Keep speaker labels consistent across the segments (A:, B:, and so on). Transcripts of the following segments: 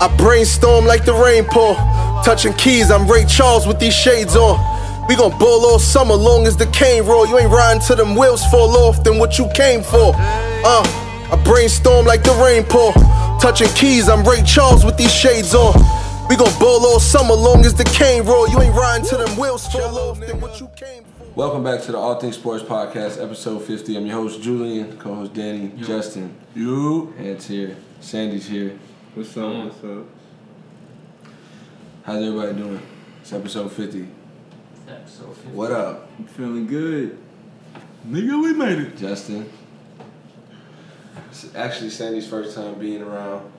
A: I brainstorm like the rain pour. Touching keys, I'm Ray Charles with these shades on. We gon' bowl all summer long as the cane roll. You ain't riding till them wheels fall off, then what you came for? Uh, I brainstorm like the rain pour. Touching keys, I'm Ray Charles with these shades on. We gon' bowl all summer long as the cane roll. You ain't riding till them wheels fall off, then what you came for?
B: Welcome back to the All Things Sports Podcast, episode 50. I'm your host, Julian, co host, Danny, Justin.
C: You.
B: Ant's here. Sandy's here.
C: What's up? What's up?
B: How's everybody doing? It's episode 50.
D: Episode 50.
B: What up,
C: I'm feeling good. Nigga, we made it.
B: Justin? It's actually Sandy's first time being around.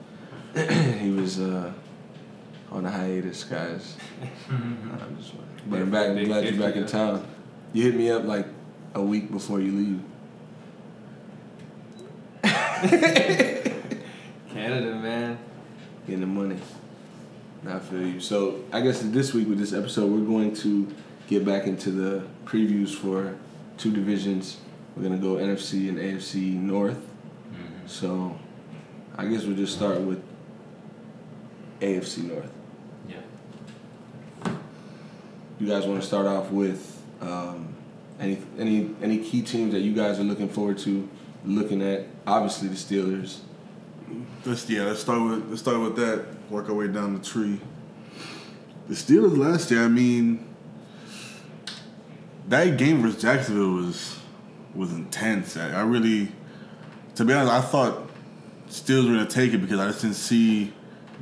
B: he was uh, on a hiatus, guys. I'm just wondering. but I'm back. I'm
D: Big
B: glad you're back in
D: 50,
B: town. You hit me up like a week before you leave.
D: Canada, man.
B: getting the money. Nah, I feel you. So I guess this week with this episode, we're going to get back into the previews for two divisions. We're gonna go NFC and AFC North. So I guess we'll just start with AFC North.
D: Yeah.
B: You guys want to start off with um, any any any key teams that you guys are looking forward to looking at? Obviously the Steelers.
C: Let's yeah. Let's start with let's start with that. Work our way down the tree. The Steelers last year. I mean, that game versus Jacksonville was was intense. I, I really, to be honest, I thought Steelers were gonna take it because I just didn't see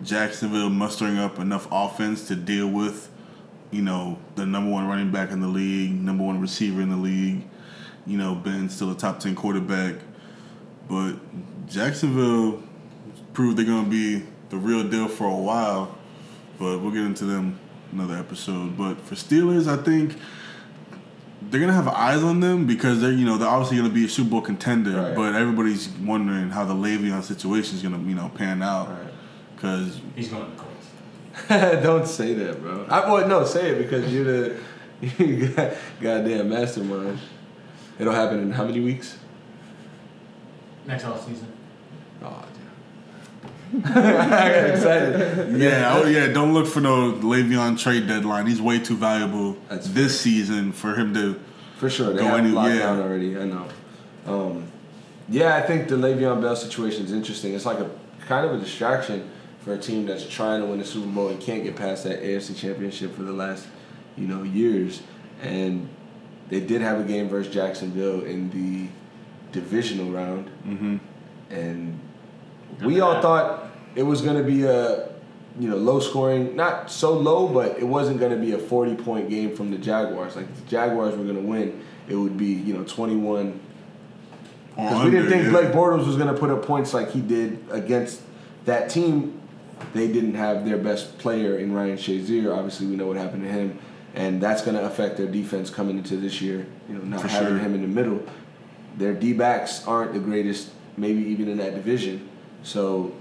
C: Jacksonville mustering up enough offense to deal with, you know, the number one running back in the league, number one receiver in the league. You know, Ben's still a top ten quarterback, but Jacksonville proved they're gonna be the real deal for a while. But we'll get into them another episode. But for Steelers, I think they're gonna have eyes on them because they're you know they're obviously gonna be a Super Bowl contender.
B: Right.
C: But everybody's wondering how the Le'Veon situation is gonna you know pan out
B: Right.
C: because
D: He's going to the Colts.
B: Don't say that, bro. I well, no, say it because you're the you got, goddamn mastermind. It'll happen in how many weeks?
D: Next offseason.
B: Oh, damn. I got excited.
C: Yeah, oh yeah. Don't look for no Le'Veon trade deadline. He's way too valuable
B: That's
C: this season for him to.
B: For sure, they
C: Go
B: have
C: any-
B: it locked
C: yeah.
B: down already. I know. Um, yeah, I think the Le'Veon Bell situation is interesting. It's like a kind of a distraction for a team that's trying to win the Super Bowl and can't get past that AFC Championship for the last, you know, years. And they did have a game versus Jacksonville in the divisional round,
C: Mm-hmm.
B: and we all thought it was going to be a you know low scoring not so low but it wasn't going to be a 40 point game from the jaguars like if the jaguars were going to win it would be you know 21 because we didn't think blake bortles was going to put up points like he did against that team they didn't have their best player in ryan shazier obviously we know what happened to him and that's going to affect their defense coming into this year you know not
C: For
B: having
C: sure.
B: him in the middle their D backs aren't the greatest, maybe even in that division. So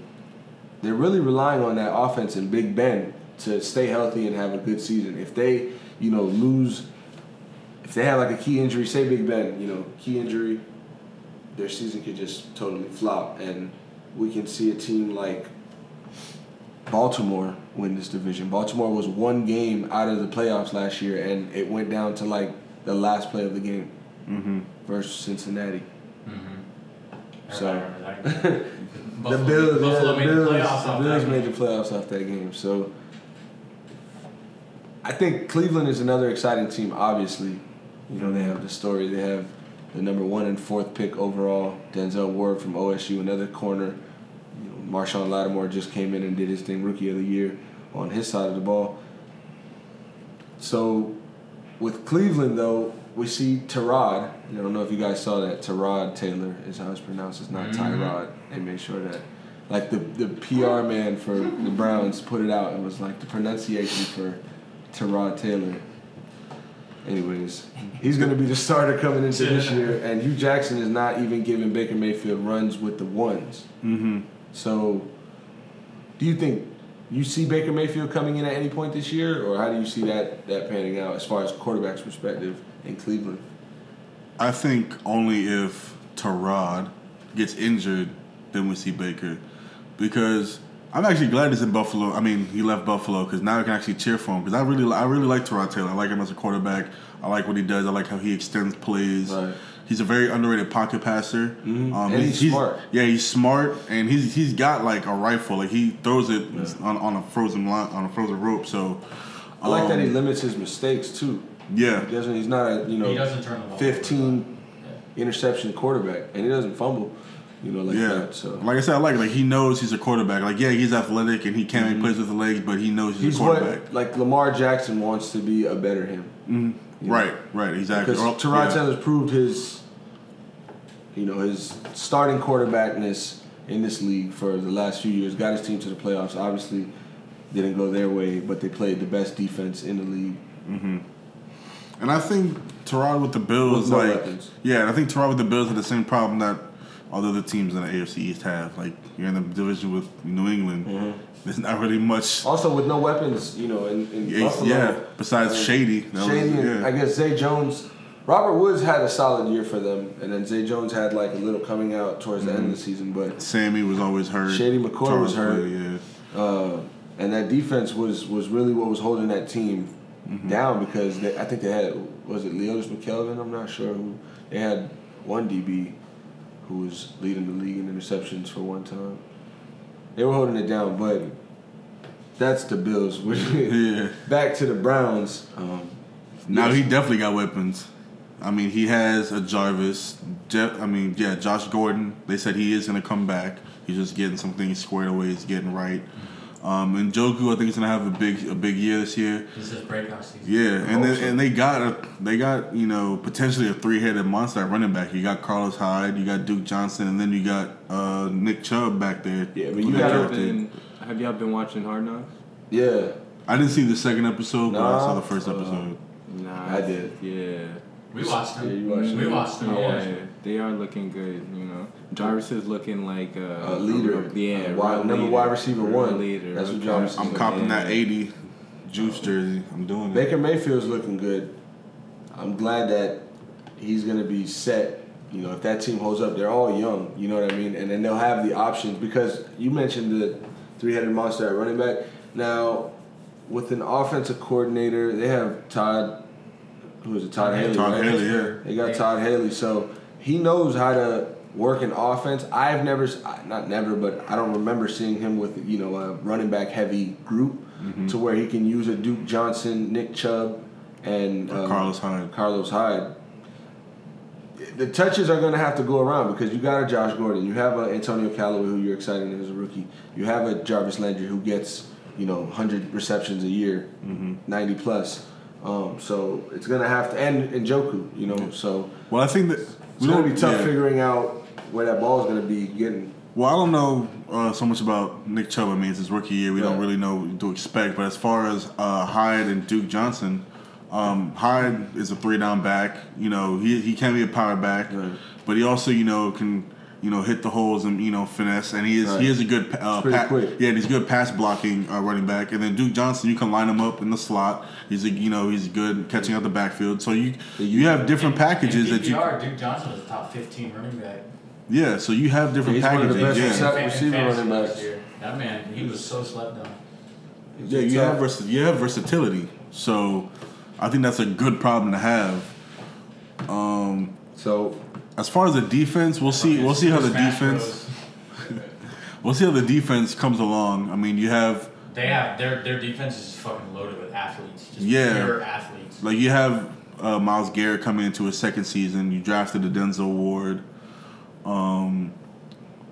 B: they're really relying on that offense and Big Ben to stay healthy and have a good season. If they, you know, lose, if they have like a key injury, say Big Ben, you know, key injury, their season could just totally flop. And we can see a team like Baltimore win this division. Baltimore was one game out of the playoffs last year, and it went down to like the last play of the game
C: Mm-hmm.
B: versus Cincinnati. So-
D: So, the
B: the Bills,
D: Buffalo
B: yeah,
D: made
B: Bills,
D: the playoffs off
B: Bills
D: that.
B: made the playoffs off that game. So I think Cleveland is another exciting team. Obviously, you know they have the story. They have the number one and fourth pick overall, Denzel Ward from OSU, another corner. You know, Marshawn Lattimore just came in and did his thing, rookie of the year on his side of the ball. So with Cleveland though, we see Tyrod. I don't know if you guys saw that. Tyrod Taylor is how it's pronounced. It's not
D: Mhm.
B: Tyrod. They made sure that, like the the PR man for the Browns put it out and was like the pronunciation for Tyrod Taylor. Anyways, he's gonna be the starter coming into this year, and Hugh Jackson is not even giving Baker Mayfield runs with the ones.
C: Mm-hmm.
B: So, do you think you see Baker Mayfield coming in at any point this year, or how do you see that that panning out as far as quarterback's perspective in Cleveland?
C: I think only if Tarod gets injured, then we see Baker, because I'm actually glad he's in Buffalo. I mean, he left Buffalo because now I can actually cheer for him. Because I really, li- I really like Terod Taylor. I like him as a quarterback. I like what he does. I like how he extends plays.
B: Right. Mm-hmm.
C: He's a very underrated pocket passer. Um,
B: And he's smart.
C: Yeah, he's smart, and he's he's got like a rifle. Like he throws it on, on a frozen line, on a frozen rope. So
B: I like that he
C: um,
B: limits his mistakes too.
C: Yeah,
B: He doesn't. He's not a you know
D: He doesn't turn the ball.
B: fifteen interception quarterback, and he doesn't fumble. You know like
C: yeah.
B: that. So
C: Like I said, I like like he knows he's a quarterback. Like yeah, he's athletic and he can make plays with the legs, but he knows he's,
B: Mm-hmm. he's
C: a quarterback.
B: what like Lamar Jackson wants to be a better him. you know?
C: Right, right, exactly.
B: Because
C: Or-
B: Terod
C: yeah.
B: Taylor's proved his, you know, his starting quarterbackness in this league for the last few years. Got his team to the playoffs. Obviously, didn't go their way, but they played the best defense in the league.
C: And I think Terod with the
B: With
C: Bills,
B: no
C: like,
B: weapons.
C: yeah, and I think Terod with the Bills had the same problem that all the other teams in the AFC East have. Like, you're in the division with New England.
B: Mm-hmm.
C: There's not really much.
B: Also, with no weapons, you know, in, in
C: Yeah,
B: Buffalo.
C: yeah, besides Shady, that was-
B: Shady, and
C: yeah.
B: I guess Zay Jones. Robert Woods had a solid year for them, and then Zay Jones had like a little coming out towards the end of the season, but
C: Sammy was always hurt.
B: Shady McCoy
C: Terod
B: was hurt.
C: played, yeah.
B: Uh, and that defense was was really what was holding that team
C: Mm-hmm.
B: down because they, I think they had was it Leonis McKelvin? I'm not sure who they had one DB who was leading the league in interceptions for one time. They were holding it down, but that's the Bills.
C: Yeah.
B: Back to the Browns. Um,
C: Now he definitely got weapons. I mean, he has a Jarvis. Jeff, I mean, yeah, Josh Gordon. They said he is going to come back. He's just getting some things squared away. He's getting right. Um, and Joku, I think, is going to have a big a big year this year.
D: This is breakout season.
C: Yeah, and
B: hope
C: then,
B: so.
C: and they got a they got you know potentially a three headed monster at running back. You got Carlos Hyde, you got Duke Johnson, and then you got uh, Nick Chubb back there.
B: Yeah, but
C: who
B: you
C: they
B: gotta
E: y'all
C: drafted.
E: been, have y'all been watching Hard Knocks?
B: yeah,
C: I didn't see the second episode, but I saw
B: Nah,
C: the first
B: uh,
C: episode.
E: Nah,
B: I did.
E: Yeah.
D: We watched
B: Yeah, you
D: him.
B: watched
D: we
B: it.
D: watched him.
E: yeah,
D: Yeah.
E: they are looking good. You know, Jarvis is looking like a,
B: A leader.
E: Yeah,
B: A wide-
E: real
B: number
E: leader.
B: wide receiver
E: Real
B: one.
E: Leader.
B: That's what
E: okay.
B: Jarvis is
C: I'm
B: Yeah.
C: copping that
E: Yeah.
C: eighty juice jersey. I'm doing it.
B: Um, Baker Mayfield's looking good. I'm glad that he's gonna be set. You know, if that team holds up, they're all young. You know what I mean? And then they'll have the options because you mentioned the three-headed monster at running back. Now, with an offensive coordinator, they have Todd. Who is it? Todd Haley.
C: Todd
B: right?
C: Haley, yeah.
B: They got Todd Haley, so he knows how to work an offense. I've never, s- I- not never, but I don't remember seeing him with you know a running back heavy group to where he can use a Duke Johnson, Nick Chubb, and
C: Or
B: um,
C: Carlos Hyde.
B: Carlos Hyde. The touches are going to have to go around because you got a Josh Gordon, you have a Antonio Callaway who you're excited as a rookie, you have a Jarvis Landry who gets you know 100 receptions a year,
C: Mm-hmm.
B: 90 plus. Um, so it's going to have to and and Joku, you know, so
C: Well, I think that
B: it's going to be tough
C: yeah.
B: figuring out where that ball is going to be getting.
C: Well, I don't know uh, so much about Nick Chubb. I mean, it's his rookie year. We don't
B: Right.
C: really know what to expect. But as far as uh, Hyde and Duke Johnson, um, Hyde is a three down back. You know, he, he can be a power back,
B: Right.
C: but he also you know can you know hit the holes and you know finesse. And he is
B: Right.
C: he is a good uh,
B: pretty
C: pa-
B: quick.
C: yeah, and he's good pass blocking uh, running back. And then Duke Johnson, you can line him up in the slot. He's a, you know he's good catching out the backfield. So you you have different packages
D: in
C: that you
D: PPR, Duke Johnson was a top 15 running back.
C: yeah. So you have different
B: He's one of the best
C: packages. yeah.
B: receivers.
D: In fa- in
B: receiver
D: fantasy
B: running backs.
D: this year. That man, he was so slept on.
C: Yeah, you have vers- you have versatility. So I think that's a good problem to have. Um,
B: So
C: as far as the defense, we'll see. We'll see how the
D: Smash
C: defense.
D: Bros.
C: We'll see how the defense comes along. I mean, you have
D: They have their their defense is fucking loaded with athletes. Just
C: Yeah.
D: pure athletes.
C: like you have uh, Miles Garrett coming into his second season. You drafted a Denzel Ward. Um,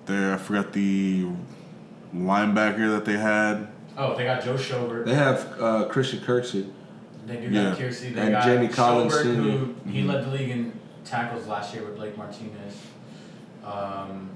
C: there, I forgot the linebacker that they had.
D: Oh, they got Joe Schobert.
B: they have uh, Christian Kirksey.
D: They do
C: Yeah.
D: got Kiersey. They
B: And
D: got
B: Jamie
D: Schobert,
B: Collins Mm-hmm.
D: who
B: Sr..
D: he led the league in tackles last year with Blake Martinez. Um,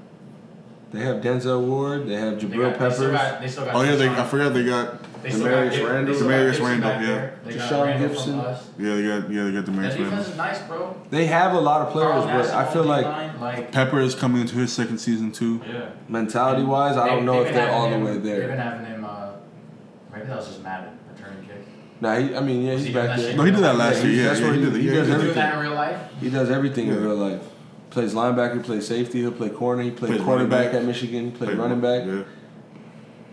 B: They have Denzel Ward. They have
D: they,
B: Jabril
D: got, they still
B: Peppers.
D: got. They still got.
C: Oh yeah, they,
D: Deshaun-
C: I forgot they got.
D: They still got
B: Demarius
D: Gib- they
B: Randall.
D: still got
C: Demarius
D: Gibson
C: Randall,
D: back
C: yeah.
D: there. They got
B: Deshaun
D: Randall from
B: Gibson.
D: us.
C: Yeah, they got. Yeah, they got the
D: That
C: Mariners.
D: defense is nice, bro.
B: They have a lot of
D: Carl
B: players, but
D: Nassib
B: I
D: on
B: feel
D: the
B: like
D: line, like
C: Pepper is coming into his second season too.
D: yeah.
B: mentality wise, I don't
D: They-
B: know
D: they've
B: if
D: been
B: they're all
D: having
B: the
D: him-
B: way
D: They've been
B: there.
D: having him. Uh, maybe that was just Madden returning kick.
B: Nah, he, I mean, yeah,
D: Was
B: he's
D: he
B: back
D: doing that
B: there.
C: No, he did that last
B: Yeah,
C: year.
B: he-
C: Yeah,
B: that's
C: yeah,
B: what
C: he
B: he-
C: did. it.
B: he
C: Yeah,
B: does
C: did it.
B: everything.
D: Do that in real life.
B: He does everything
C: Yeah.
B: in real life. Plays linebacker, plays safety, he'll play corner, he played
C: Plays running
B: quarterback
C: back.
B: at Michigan, he played
C: Play-
B: running back.
C: Yeah.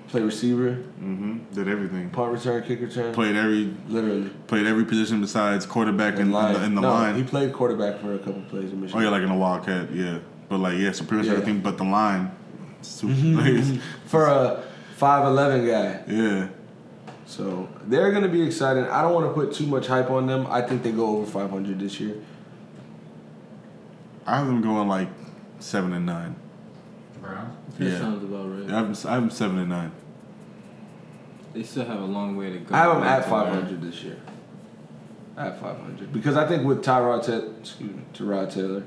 B: Play receiver,
C: hmm Did everything.
B: punt return, kick return.
C: Played every
B: Literally.
C: played every position besides quarterback and, and, the, and the
B: no,
C: line.
B: He played quarterback for a couple plays in Michigan.
C: oh yeah, like in the Wildcat. Yeah, but like yeah, so pretty much
B: Yeah. Mm-hmm.
C: everything but the line. It's two plays.
B: For a 5'11 guy.
C: Yeah.
B: So they're going to be exciting. I don't want to put too much hype on them. I think they go over 500 this year.
C: I have them going like seven and nine.
D: The Browns.
E: That
C: Yeah.
E: sounds about right.
C: I have them, I have them seven and nine.
E: They still have a long way to go.
B: I have them at
E: to where-
B: 500 this year. At 500. Because I think with Tyrod, Ta- excuse me, Tyrod Taylor,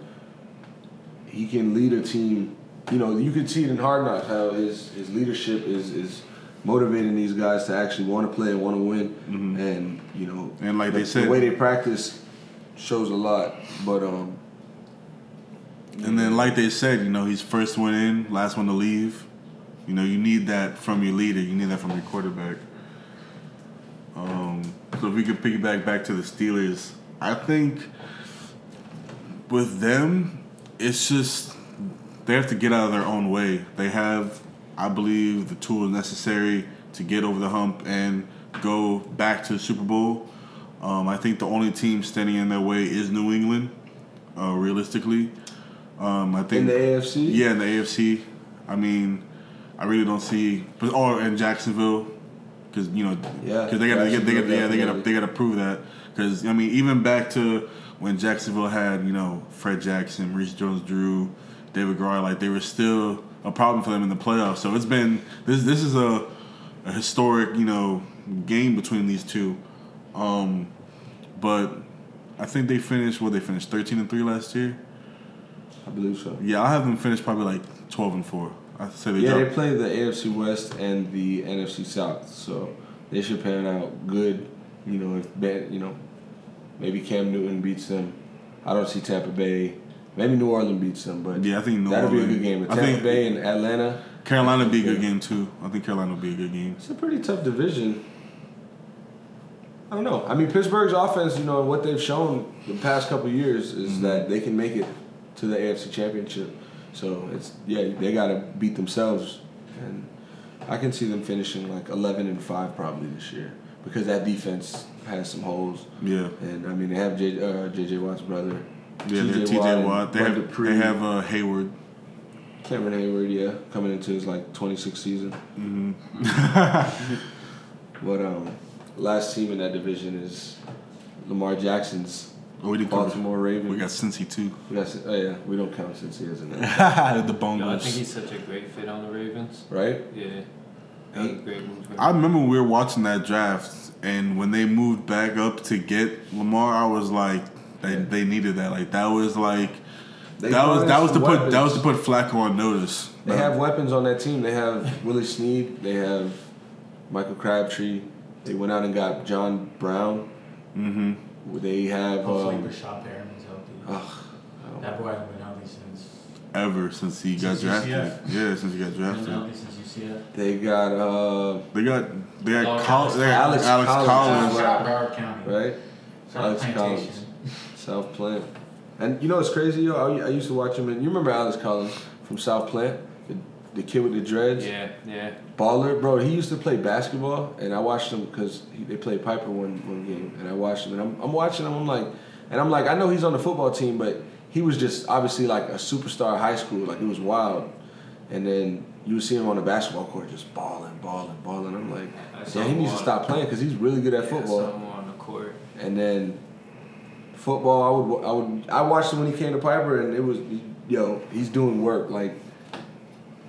B: he can lead a team. You know, you can see it in Hard Knocks how his, his leadership is, is motivating these guys to actually want to play and want to win. And, you know,
C: Mm-hmm. And like
B: the,
C: they said-
B: the way they practice shows a lot. But, um,
C: And then, like they said, you know, he's first one in, last one to leave. You know, you need that from your leader. You need that from your quarterback. Um, so if we could piggyback back to the Steelers, I think with them, it's just they have to get out of their own way. They have, I believe, the tools necessary to get over the hump and go back to the Super Bowl. Um, I think the only team standing in their way is New England, uh, realistically. Um, I think
B: in the AFC?
C: yeah, in the AFC. I mean, I really don't see, but or in Jacksonville, because you know,
B: Yeah,
C: because they got to they got they got yeah, they got to
B: Jacksonville,
C: they got to prove that. Because I mean, even back to when Jacksonville had you know Fred Jackson, Reese Jones-Drew, David Garrard, like they were still a problem for them in the playoffs. So it's been this this is a, a historic you know game between these two, um, but. I think they finished. Well, they finished thirteen and three last year.
B: I believe so.
C: Yeah, I have them finished probably like twelve and four. I say they
B: Yeah, they
C: dropped.
B: play the AFC West and the NFC South, so they should pan out good. You know, if bad, you know, maybe Cam Newton beats them. I don't see Tampa Bay. Maybe New Orleans beats them, but
C: yeah, I think New
B: that'll be a
C: Orleans-
B: good game. But
C: I
B: Tampa
C: think
B: Bay and Atlanta,
C: Carolina would be a good
B: Yeah.
C: game too. I think Carolina would be a good game.
B: it's a pretty tough division. I don't know. I mean, Pittsburgh's offense, you know, and what they've shown the past couple years is
C: Mm-hmm.
B: that they can make it to the AFC Championship. So it's yeah, they got to beat themselves, and I can see them finishing like eleven and five probably this year because that defense has some holes.
C: Yeah,
B: And I mean, they have J, uh, JJ Watt's brother,
C: yeah. they're
B: Watt
C: TJ
B: and
C: Watt. They
B: Bud
C: have
B: Dupree,
C: they have uh, Hayward.
B: Cameron Hayward, yeah, coming into his like twenty sixth season.
C: hmm Mm-hmm.
B: But um, last team in that division is Lamar Jackson's
C: Oh, we did cover.
B: Baltimore Ravens.
C: We got Cincy too.
B: We got- oh yeah, we don't count since he isn't there,
C: the
F: Yo, I think
C: Bungles.
F: he's such a great fit on the Ravens.
B: right?
F: Yeah. That was a great move.
C: I remember when we were watching that draft, and when they moved back up to get Lamar, I was like, they, they needed that. Like that was like
B: They
C: that was that was
B: harness
C: to put that was to
B: weapons.
C: put Flacco on notice. uh,
B: They have weapons on that team. They have Willie Sneed. They have Michael Crabtree. They went out and got John Brown.
C: hmm
B: They have.
D: Hopefully,
B: Um,
D: Rashad Perriman's healthy.
B: ugh, I don't-
D: that boy hasn't been healthy since.
C: ever since he got
D: Since
C: drafted.
D: UCF.
C: Yeah, since he got
D: Hasn't been
C: drafted.
D: healthy since UCF.
B: they got uh,
C: They got they got
D: Oh,
C: Col-
D: Alex
C: they got
B: Collins.
C: Alex,
B: Alex
C: Collins.
B: Collins.
D: Shout out Broward County.
B: right
D: Shout out
B: Alex
D: Plantation.
B: Collins. South Plant, and you know what's crazy, yo? I, I used to watch him. And you remember Alex Collins from South Plant, the, the kid with the dreads.
F: Yeah, yeah.
B: Baller, bro. He used to play basketball, and I watched him because they played Piper one one game, and I watched him, and I'm, I'm watching him. I'm like, and I'm like, I know he's on the football team, but he was just obviously like a superstar in high school. Like it was wild, and then you would see him on the basketball court just balling, balling, balling. I'm like,
F: I saw
B: yeah, he
F: him
B: needs to
F: on-
B: stop playing because he's really good at
F: yeah,
B: football.
F: Someone on the court.
B: And then football, I would, I would, I watched him when he came to Piper, and it was, yo, he's doing work. Like,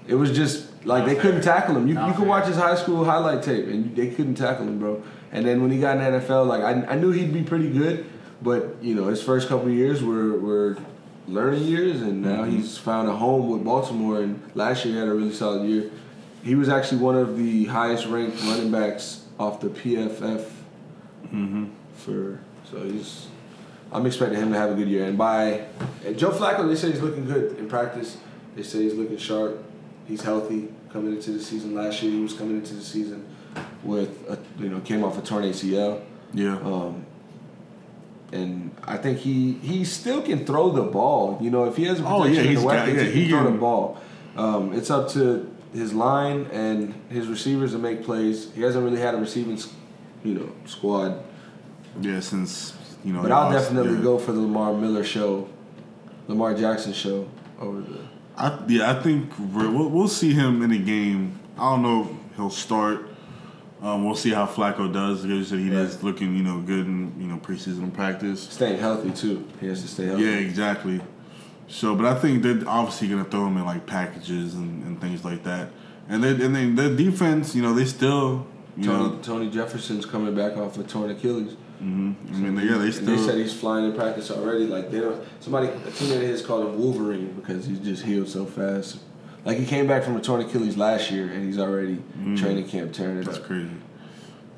B: it was just like
D: Not
B: they couldn't
D: fair.
B: tackle him. You,
D: Not
B: you could
D: fair.
B: watch his high school highlight tape, and they couldn't tackle him, bro. And then when he got in the NFL, like I, I knew he'd be pretty good, but you know his first couple of years were were learning years, and now he's found a home with Baltimore. And last year he had a really solid year. He was actually one of the highest ranked running backs off the PFF
C: Mm-hmm.
B: for so he's. I'm expecting him to have a good year, and by and Joe Flacco, they say he's looking good in practice. They say he's looking sharp. He's healthy coming into the season. Last year he was coming into the season with a, you know came off a torn ACL,
C: Yeah.
B: um, and I think he he still can throw the ball. You know if he has a
C: Oh,
B: protection
C: yeah,
B: and
C: he's
B: a
C: got-
B: weapon,
C: yeah,
B: he can
C: he
B: throw
C: can-
B: the ball. Um, it's up to his line and his receivers to make plays. He hasn't really had a receiving, s- you know, squad.
C: Yeah, since you know.
B: But
C: they
B: I'll
C: lost,
B: definitely
C: yeah.
B: go for the Lamar Miller show, Lamar Jackson show over the.
C: I, yeah, I think we're- we'll, we'll see him in the game. I don't know if he'll start. Um, we'll see how Flacco does. Because he is looking, you know, good in you know preseason practice.
B: Staying healthy too. He has to stay healthy.
C: Yeah, exactly. So, but I think they're obviously gonna throw him in like packages and, and things like that. And they and then their defense, you know, they still, you
B: Tony,
C: know,
B: Tony Jefferson's coming back off a torn Achilles.
C: I mean, they- yeah,
B: And
C: they
B: they said
C: still.
B: he's flying in practice already. Like they don't. Somebody, a teammate of his called him Wolverine because he's just healed so fast. Like he came back from a torn Achilles last year and he's already training camp tearing it
C: Mm. That's
B: up.
C: crazy.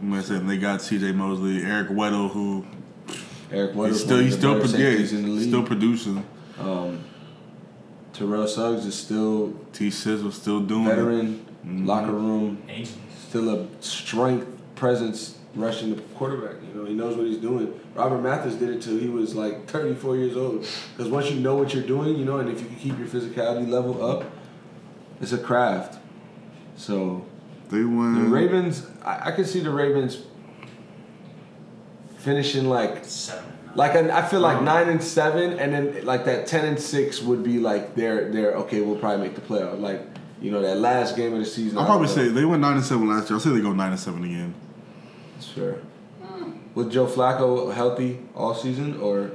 C: I'm gonna say and they got C.J. Mosley, Eric Weddle, who
B: Eric Weddle's
C: he's still
B: one
C: he's
B: of
C: still
B: the better
C: pro- yeah,
B: safeties in the
C: he's
B: league.
C: still producing.
B: Terrell Suggs is still
C: T. Sizzle still doing it.
B: veteran,
C: Mm-hmm.
B: locker room,
D: Angels.
B: still a strength presence rushing the quarterback. You know, he knows what he's doing. Robert Mathis did it till he was like 34 years old. Because once you know what you're doing, you know, and if you can keep your physicality level up, it's a craft. So
C: They
B: the
C: won.
B: Ravens, I, I could see the Ravens finishing like
D: Seven and nine.
B: like an, I feel like nine and seven, and then like that ten and six would be like their their okay. We'll probably make the playoff. Like you know that last game of the season.
C: I'll
B: I
C: probably
B: don't
C: say
B: know.
C: they went nine and seven last year. I'll say they go nine and seven again.
B: sure. With Joe Flacco healthy all season, or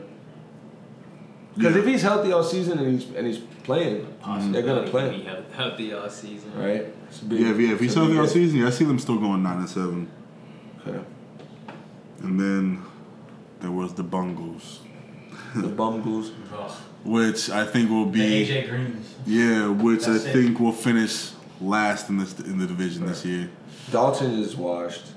B: because
C: Yeah.
B: if he's healthy all season and he's and he's playing, they're gonna
F: He
B: play,
F: held- healthy all season.
B: right? It's a big-
C: Yeah, if, yeah, if he's
B: it's a big
C: healthy all
B: hit.
C: season, yeah, I see them still going nine and seven.
B: Okay.
C: And then there was the Bungles,
B: The Bungles.
D: Ugh.
C: which I think will
D: The
C: be
D: AJ Greens.
C: yeah, which
D: That's
C: I
D: it.
C: think will finish last in this in the division this year.
B: Dalton is washed.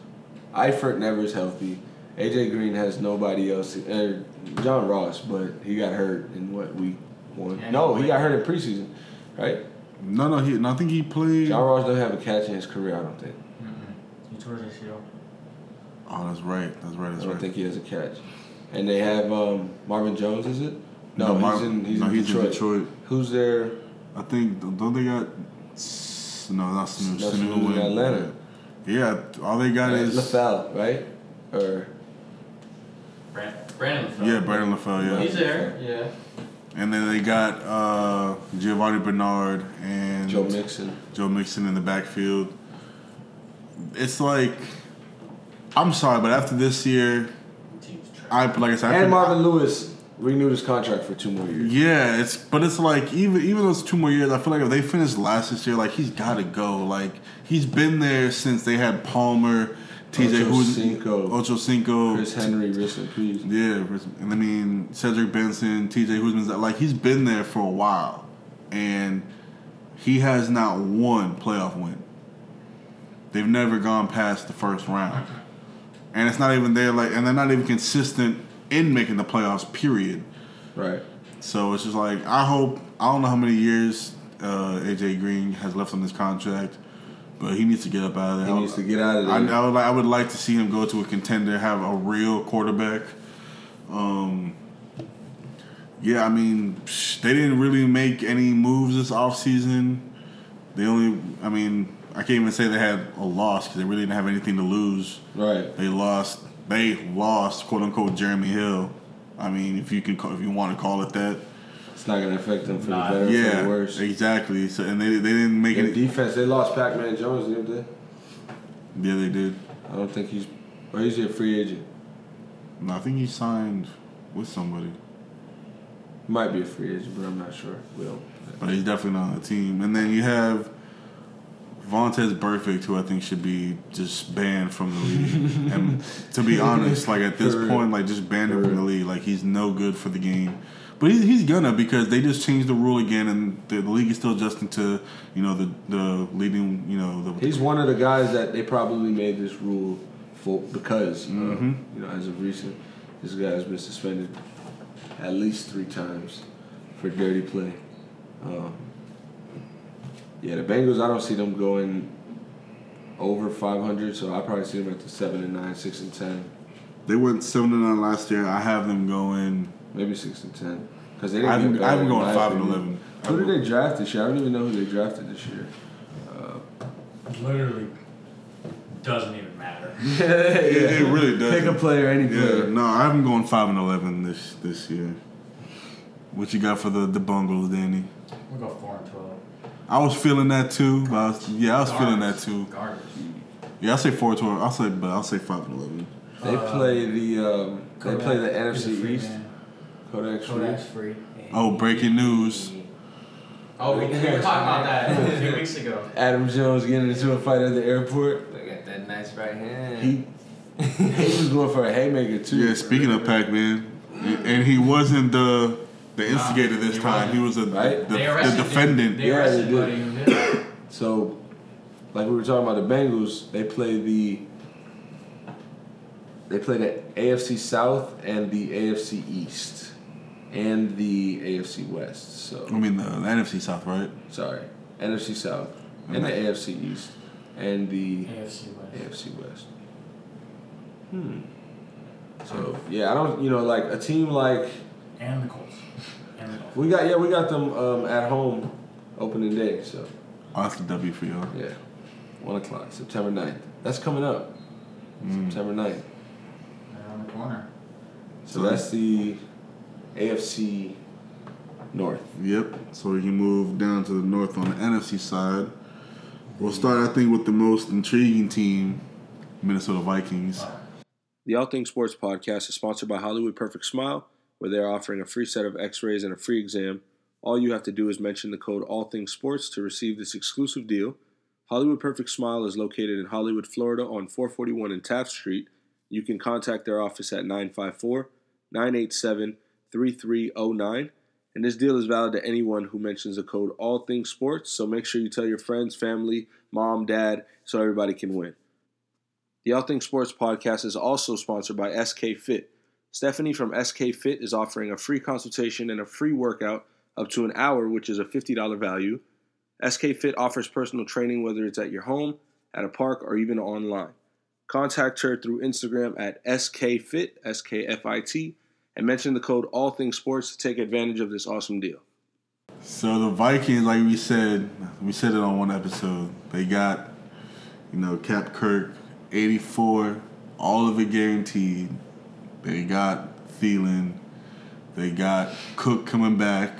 B: Eifert never is healthy. AJ Green has nobody else. Uh, John Ross, but he got hurt in what week one?
D: Yeah,
B: no, he
D: he
B: got hurt in preseason, right?
C: No, no, he. No, I think he played.
B: John Ross don't have a catch in his career. I don't think.
D: He tore his ACL.
C: Oh, that's right. That's right.
B: I
C: That's
B: don't
C: right.
B: think he has a catch. And they have um, Marvin Jones. Is it? No, he's
C: Mar-
B: in. He's,
C: no,
B: in,
C: he's
B: Detroit.
C: in Detroit.
B: Who's there?
C: I think don't they got S- no, not Sanu.
B: No,
C: Sanu
B: Sanu's in
C: and-
B: Atlanta.
C: Yeah, all they got is
B: Uh, LaFell, right? Or
D: Brand- Brandon LaFell.
C: yeah, Brandon LaFell. Yeah,
F: He's there, yeah.
C: And then they got uh, Giovanni Bernard and
B: Joe Mixon.
C: Joe Mixon in the backfield. It's like, I'm sorry, but after this year,
D: Team's trash.
C: I like I said, I
B: And
C: could-
B: Marvin Lewis renewed his contract for two more years.
C: yeah, it's but it's like even even those two more years, I feel like if they finish last this year, like he's got to go. Like he's been there since they had Palmer, T.J.
B: Ocho
C: Who's
B: Cinco.
C: Ocho Cinco,
B: Chris Henry, rest in peace.
C: Yeah, and I mean Cedric Benson, T.J. Hoosman's like he's been there for a while, and he has not one playoff win. They've never gone past the first round, and it's not even there. Like, and they're not even consistent in making the playoffs. Period.
B: Right.
C: So it's just like I hope I don't know how many years uh, AJ Green has left on this contract, but he needs to get up out of there.
B: He needs to get out of there.
C: I, I would like I would like to see him go to a contender, have a real quarterback. Um, yeah, I mean, psh, they didn't really make any moves this offseason. They only, I mean, I can't even say they had a loss because they really didn't have anything to lose.
B: Right.
C: They lost. They lost, quote unquote, Jeremy Hill. I mean, if you can, call, if you want to call it that,
B: It's not gonna affect them for
D: Nah.
B: the better or for
C: yeah,
B: the worse.
C: exactly. So, and they they didn't make
B: Their
C: it.
B: defense, they lost Pac Man Jones, didn't they?
C: Yeah, they did.
B: I don't think he's or is he a free agent?
C: No, I think he signed with somebody.
B: He might be a free agent, but I'm not sure. We don't
C: But he's definitely not on the team. And then you have Vontez Burfict, who I think should be just banned from the league. and to be honest, like at this
B: For real.
C: point, like just banned him
B: For
C: from the league. Like he's no good for the game. But he's, he's gonna because they just changed the rule again, and the, the league is still adjusting to you know the the leading you know the
B: He's one of the guys that they probably made this rule for because uh,
C: Mm-hmm.
B: you know, as of recent, this guy has been suspended at least three times for dirty play. Um, yeah, the Bengals. I don't see them going over 500, so I probably see them at the seven and nine, six and ten,
C: they went seven and nine last year. I have them going.
B: maybe six and ten. Because they didn't.
C: I'm
B: get
C: I'm
B: better, in
C: going
B: my
C: five and
B: opinion.
C: eleven.
B: Who did they draft this year? I don't even know who they drafted this year. Um,
D: literally doesn't even matter.
C: It, it really does.
B: Pick a player, any
C: Yeah,
B: player.
C: no, I'm going five and eleven this this year. What you got for the the bungles, Danny?
D: We'll go four and twelve.
C: I was feeling that too. But I was, yeah, I was feeling that
D: Garbage.
C: too.
D: Garbage.
C: Yeah, I say four to I'll say, but I'll say five and eleven.
B: They
D: Uh,
B: play the um, they play the
D: Kodak is a
B: NFC
D: free
B: East.
D: man.
B: Kodak
D: Kodak's
B: Shreve.
D: free.
C: Oh, breaking news!
F: Oh, we, we were talking about
D: a few
F: that.
D: weeks ago.
B: Adam Jones getting into a fight at the airport.
F: Look at that nice right hand.
B: He he was going for a haymaker too.
C: Yeah, speaking of Pac-Man, and he wasn't the the instigator this
D: he
C: time. He was a,
B: Right?
C: the,
D: They
C: the
D: arrested him.
C: defendant.
D: They
B: Yeah,
D: arrested
B: they did.
D: Buddy who did it.
B: So, like we were talking about the Bengals, they play the they play the AFC South and the AFC East and the AFC West.
C: I
B: So
C: mean, the, the NFC South, right?
B: sorry, NFC South and the AFC East and the
D: AFC West.
B: AFC West. Hmm. So yeah, I don't you know like a team like
D: And the Colts. And the Dolphins.
B: we got yeah we got them um, at home opening day so
C: Oh, that's the W for y'all.
B: yeah one o'clock September 9th. that's coming up
G: Hmm.
B: September 9th.
D: They're on the corner.
G: Hmm.
B: So that's the AFC North.
C: Yep. So we can move down to the north on the NFC side. We'll start, I think, with the most intriguing team, Minnesota Vikings.
G: The All Things Sports podcast is sponsored by Hollywood Perfect Smile, where they are offering a free set of x rays and a free exam. All you have to do is mention the code All Things Sports to receive this exclusive deal. Hollywood Perfect Smile is located in Hollywood, Florida on 441 and Taft Street. You can contact their office at 954 987 3309. And this deal is valid to anyone who mentions the code All Things Sports, so make sure you tell your friends, family, mom, dad, so everybody can win. The All Things Sports podcast is also sponsored by SK Fit. Stephanie from SK Fit is offering a free consultation and a free workout up to an hour, which is a $50 value. SK Fit offers personal training whether it's at your home, at a park, or even online. Contact her through Instagram at SKFit, S-K-F-I-T, and mention the code All Things Sports to take advantage of this awesome deal.
C: So the Vikings, like we said, we said it on one episode. They got, you know, Cap Kirk, 84, all of it guaranteed. They got Thielen. They got Cook coming back.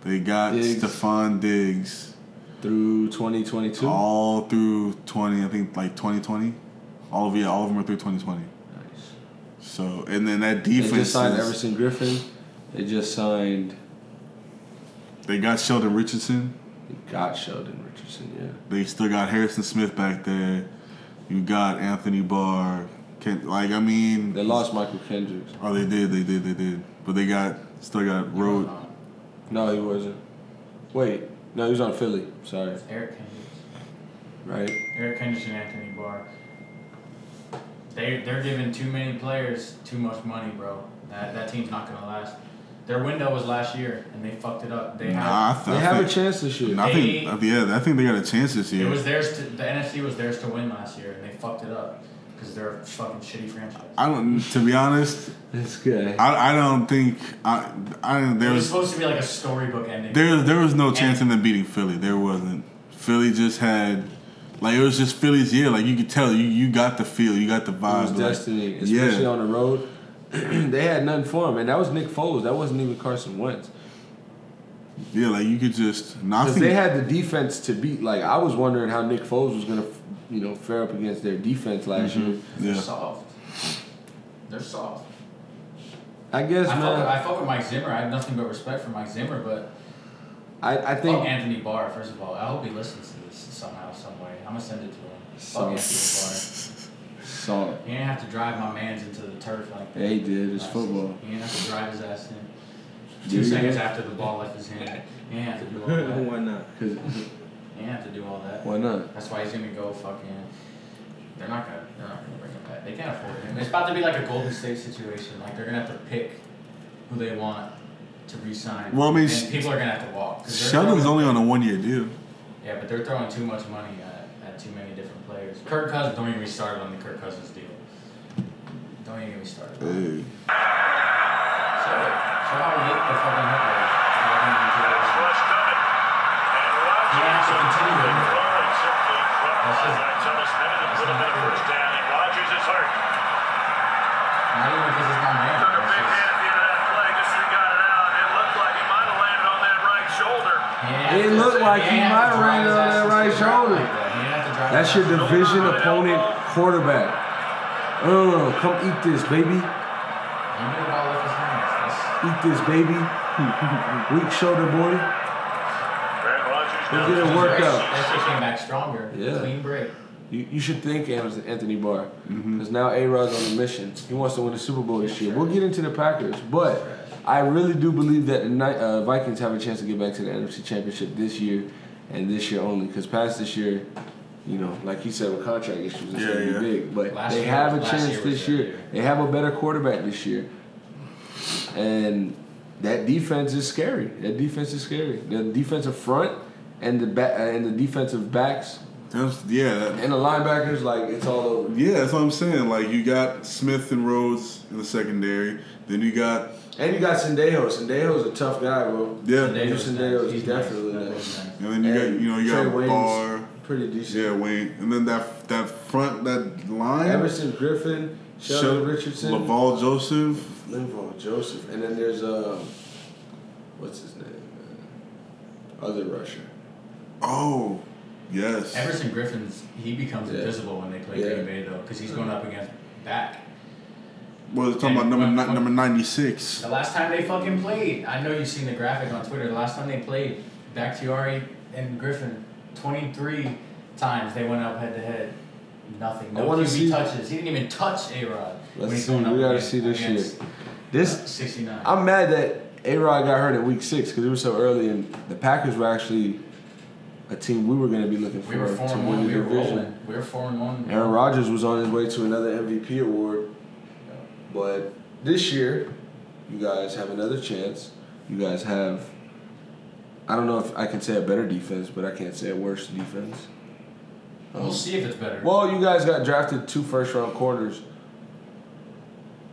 C: They got
B: Diggs.
C: Stephon Diggs.
B: Through 2022.
C: all through 20 i think like 2020 all of yeah all of them are through 2020
B: Nice.
C: so and then that
B: They
C: defense
B: just signed
C: is-
B: Everson Griffin. They just signed,
C: they got sheldon richardson
B: they got Sheldon Richardson, yeah.
C: they still got harrison smith back there you got anthony barr Kent, like i mean
B: They lost Michael Kendricks.
C: oh they did they did they did but they got still got road
D: Um,
B: No, he wasn't. Wait, no, he was on Philly. Sorry.
D: Eric Kendricks.
B: Right?
D: Eric Kendricks and Anthony Barr. They they're giving too many players too much money, bro. That that team's not gonna last. Their window was last year, and they fucked it up. They
C: Nah, I
D: had
C: th-
B: They
C: I
B: have a
C: think,
B: chance this year.
C: I
D: They-
C: think yeah i think they got a chance this
D: it
C: year
D: was theirs. To, the NFC was theirs to win last year, and they fucked it up because they're a fucking shitty franchise.
C: i don't to be honest
B: This guy.
C: i, I don't think i i
D: it
C: there
D: was
C: was
D: supposed to be like a storybook ending.
C: There, there was no chance in them beating Philly. There wasn't. Philly just had, like, it was just Philly's year. Like you could tell, you you got the feel, you got the
B: It
C: vibe.
B: was
C: like,
B: destiny,
C: yeah.
B: especially on the road. they had nothing for him, and that was Nick Foles. That wasn't even Carson Wentz.
C: Yeah, like you could just. No, I
B: Because
C: think-
B: they had the defense to beat. Like I was wondering how Nick Foles was gonna, you know, fare up against their defense last
C: Mm-hmm.
B: year.
D: they're
C: yeah.
D: soft. They're soft.
B: I guess,
D: I fuck, with,
B: man.
D: I fuck with Mike Zimmer. I have nothing but respect for Mike Zimmer, but
B: I, I think
D: fuck Anthony Barr first of all. I hope he listens to this somehow, some way. I'm gonna send it to him.
B: Soft.
D: Fuck Anthony Barr.
B: saw it.
D: He didn't have to drive my man's into the turf like that.
B: Yeah, he did. It's
D: Last
B: football.
D: season. He didn't have to drive his ass in.
B: Yeah.
D: Two seconds after the ball left his hand. He didn't have to do all that.
E: Why not?
B: 'Cause-
D: He didn't have to do all that.
B: why not?
D: That's why he's gonna go fucking. They're not gonna. They're not gonna bring him back. They can't afford him. It's about to be like a Golden State situation. Like they're gonna have to pick who they want to re-sign.
C: Well, I mean,
D: and people are gonna have to walk. 'cause they're
C: Sheldon's
D: throwing-
C: only on a one-year deal.
D: Yeah, but they're throwing too much money at, at too many different players. Kirk Cousins. Don't even restart on the Kirk Cousins deal. Don't even restart.
C: Hey,
D: So, so I would hit the fucking hit rate. Driving into the- You don't have to continue it.
H: Simply
D: That's just-
H: That's almost never that would have been a first down. And Rodgers is hurt.
D: not even because it's not
H: Took a
D: Manning.
H: big
D: That's
H: hit
D: just-
H: at the end of that play, just as he got it out. It looked like he might have landed on that right shoulder.
D: He didn't have
B: It
D: to-
B: looked like he
D: didn't have
B: might
D: to drive
B: have
D: his
B: landed on
D: ass
B: that
D: into
B: right
D: the ground
B: shoulder.
D: like that. He didn't have to drive his
B: That's
D: ass
B: your
D: into the
B: division opponent quarterback. Oh, come eat this, baby.
D: ground. He knew the ball left his hands. That's-
B: Eat this, baby. Weak shoulder, boy.
H: Brad Rodgers
B: We'll
H: now
B: get it
H: just
B: worked
H: takes
B: out.
H: it.
D: That shit came back stronger.
B: Yeah.
D: Clean break.
B: You, you should thank Anderson Anthony Barr because now A Rod's on a mission. He wants to win the Super Bowl this year. We'll get into the Packers, but I really do believe that the Ni- uh, Vikings have a chance to get back to the NFC Championship this year and this year only because past this year, you know, like he said, with contract issues, it's
C: Yeah,
B: going
C: yeah.
B: to be big. But
D: Last
B: they
D: year
B: have a
D: was- last
B: chance
D: year was
B: this
D: their
B: year.
D: year.
B: They have a better quarterback this year. And that defense is scary. That defense is scary. The defensive front and the ba- uh, and the defensive backs
C: That's, yeah, that,
B: and the linebackers, like it's all over.
C: yeah, that's what I'm saying. Like you got Smith and Rhodes in the secondary, then you got
B: And you got Sendejo. Sendejo's a tough guy, bro.
C: yeah,
D: Sendejo's
B: Anderson Dale is
D: nice. He's
B: definitely
D: nice.
B: nice.
D: That was
C: and then you got you know you
B: Trey
C: got
B: Wayne's
C: Barr,
B: pretty decent.
C: yeah, Wayne, and then that that front that line,
B: Emerson Griffin, Sheldon
C: Shep-
B: Richardson,
C: Laval Joseph,
B: Linval Joseph, and then there's uh, what's his name? Uh, Other rusher.
C: Oh, yes.
D: Everson Griffin's he becomes
B: Yeah.
D: invisible when they play
B: Yeah. Mm-hmm.
D: Green Bay though, because he's going up against back.
C: well, it's talking about number ni- number ninety six.
D: The last time they fucking played, I know you've seen the graphic on Twitter. The last time they played, Bakhtiari and Griffin, 23 times they went up head to head. Nothing.
B: I
D: No
B: wanna
D: QB
B: see-
D: touches. He didn't even touch A Rod.
B: Let's see. We gotta see this shit. This
D: 69.
B: I'm mad that A Rod got hurt at week six because it was so early, and the Packers were actually a team we were going to be looking for
D: we were 4
B: to
D: 1.
B: win the
D: We were
B: division.
D: rolling. We were 4 and 1.
B: Aaron Rodgers was on his way to another MVP award, but this year, you guys have another chance. You guys have, I don't know if I can say a better defense, but I can't say a worse defense.
D: We'll see if it's better.
B: Well, you guys got drafted two first round corners.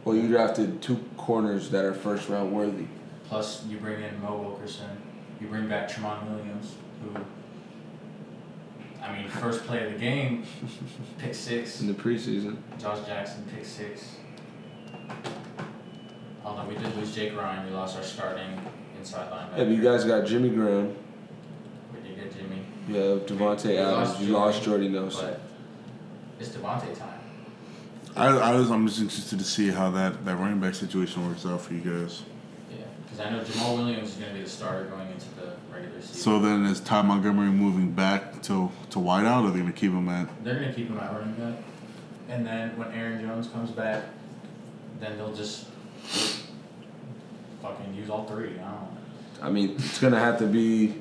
B: Well, you drafted two corners that are first round worthy.
D: Plus, you bring in Mo Wilkerson. You bring back Tremont Williams, who, I mean, first play of the game, pick six.
B: In the preseason,
D: Josh Jackson, pick six. Although we did lose Jake Ryan, we lost our starting inside linebacker.
B: yeah, but you guys got Jimmy Graham,
D: we did get Jimmy.
B: you have Devontae
D: We
B: Adams,
D: lost
B: you lost
D: Jordy,
B: Jordy Nelson.
D: But it's Devontae time.
C: I, I was I'm just interested to see how that that running back situation works out for you guys.
D: Yeah, because I know Jamal Williams is going to be the starter going into the regular season.
C: So then is Ty Montgomery moving back to to wideout? Or are they gonna keep him at?
D: They're going to keep him at running back. And then when Aaron Jones comes back, then they'll just fucking use all three. I don't know.
B: I mean, it's gonna have to be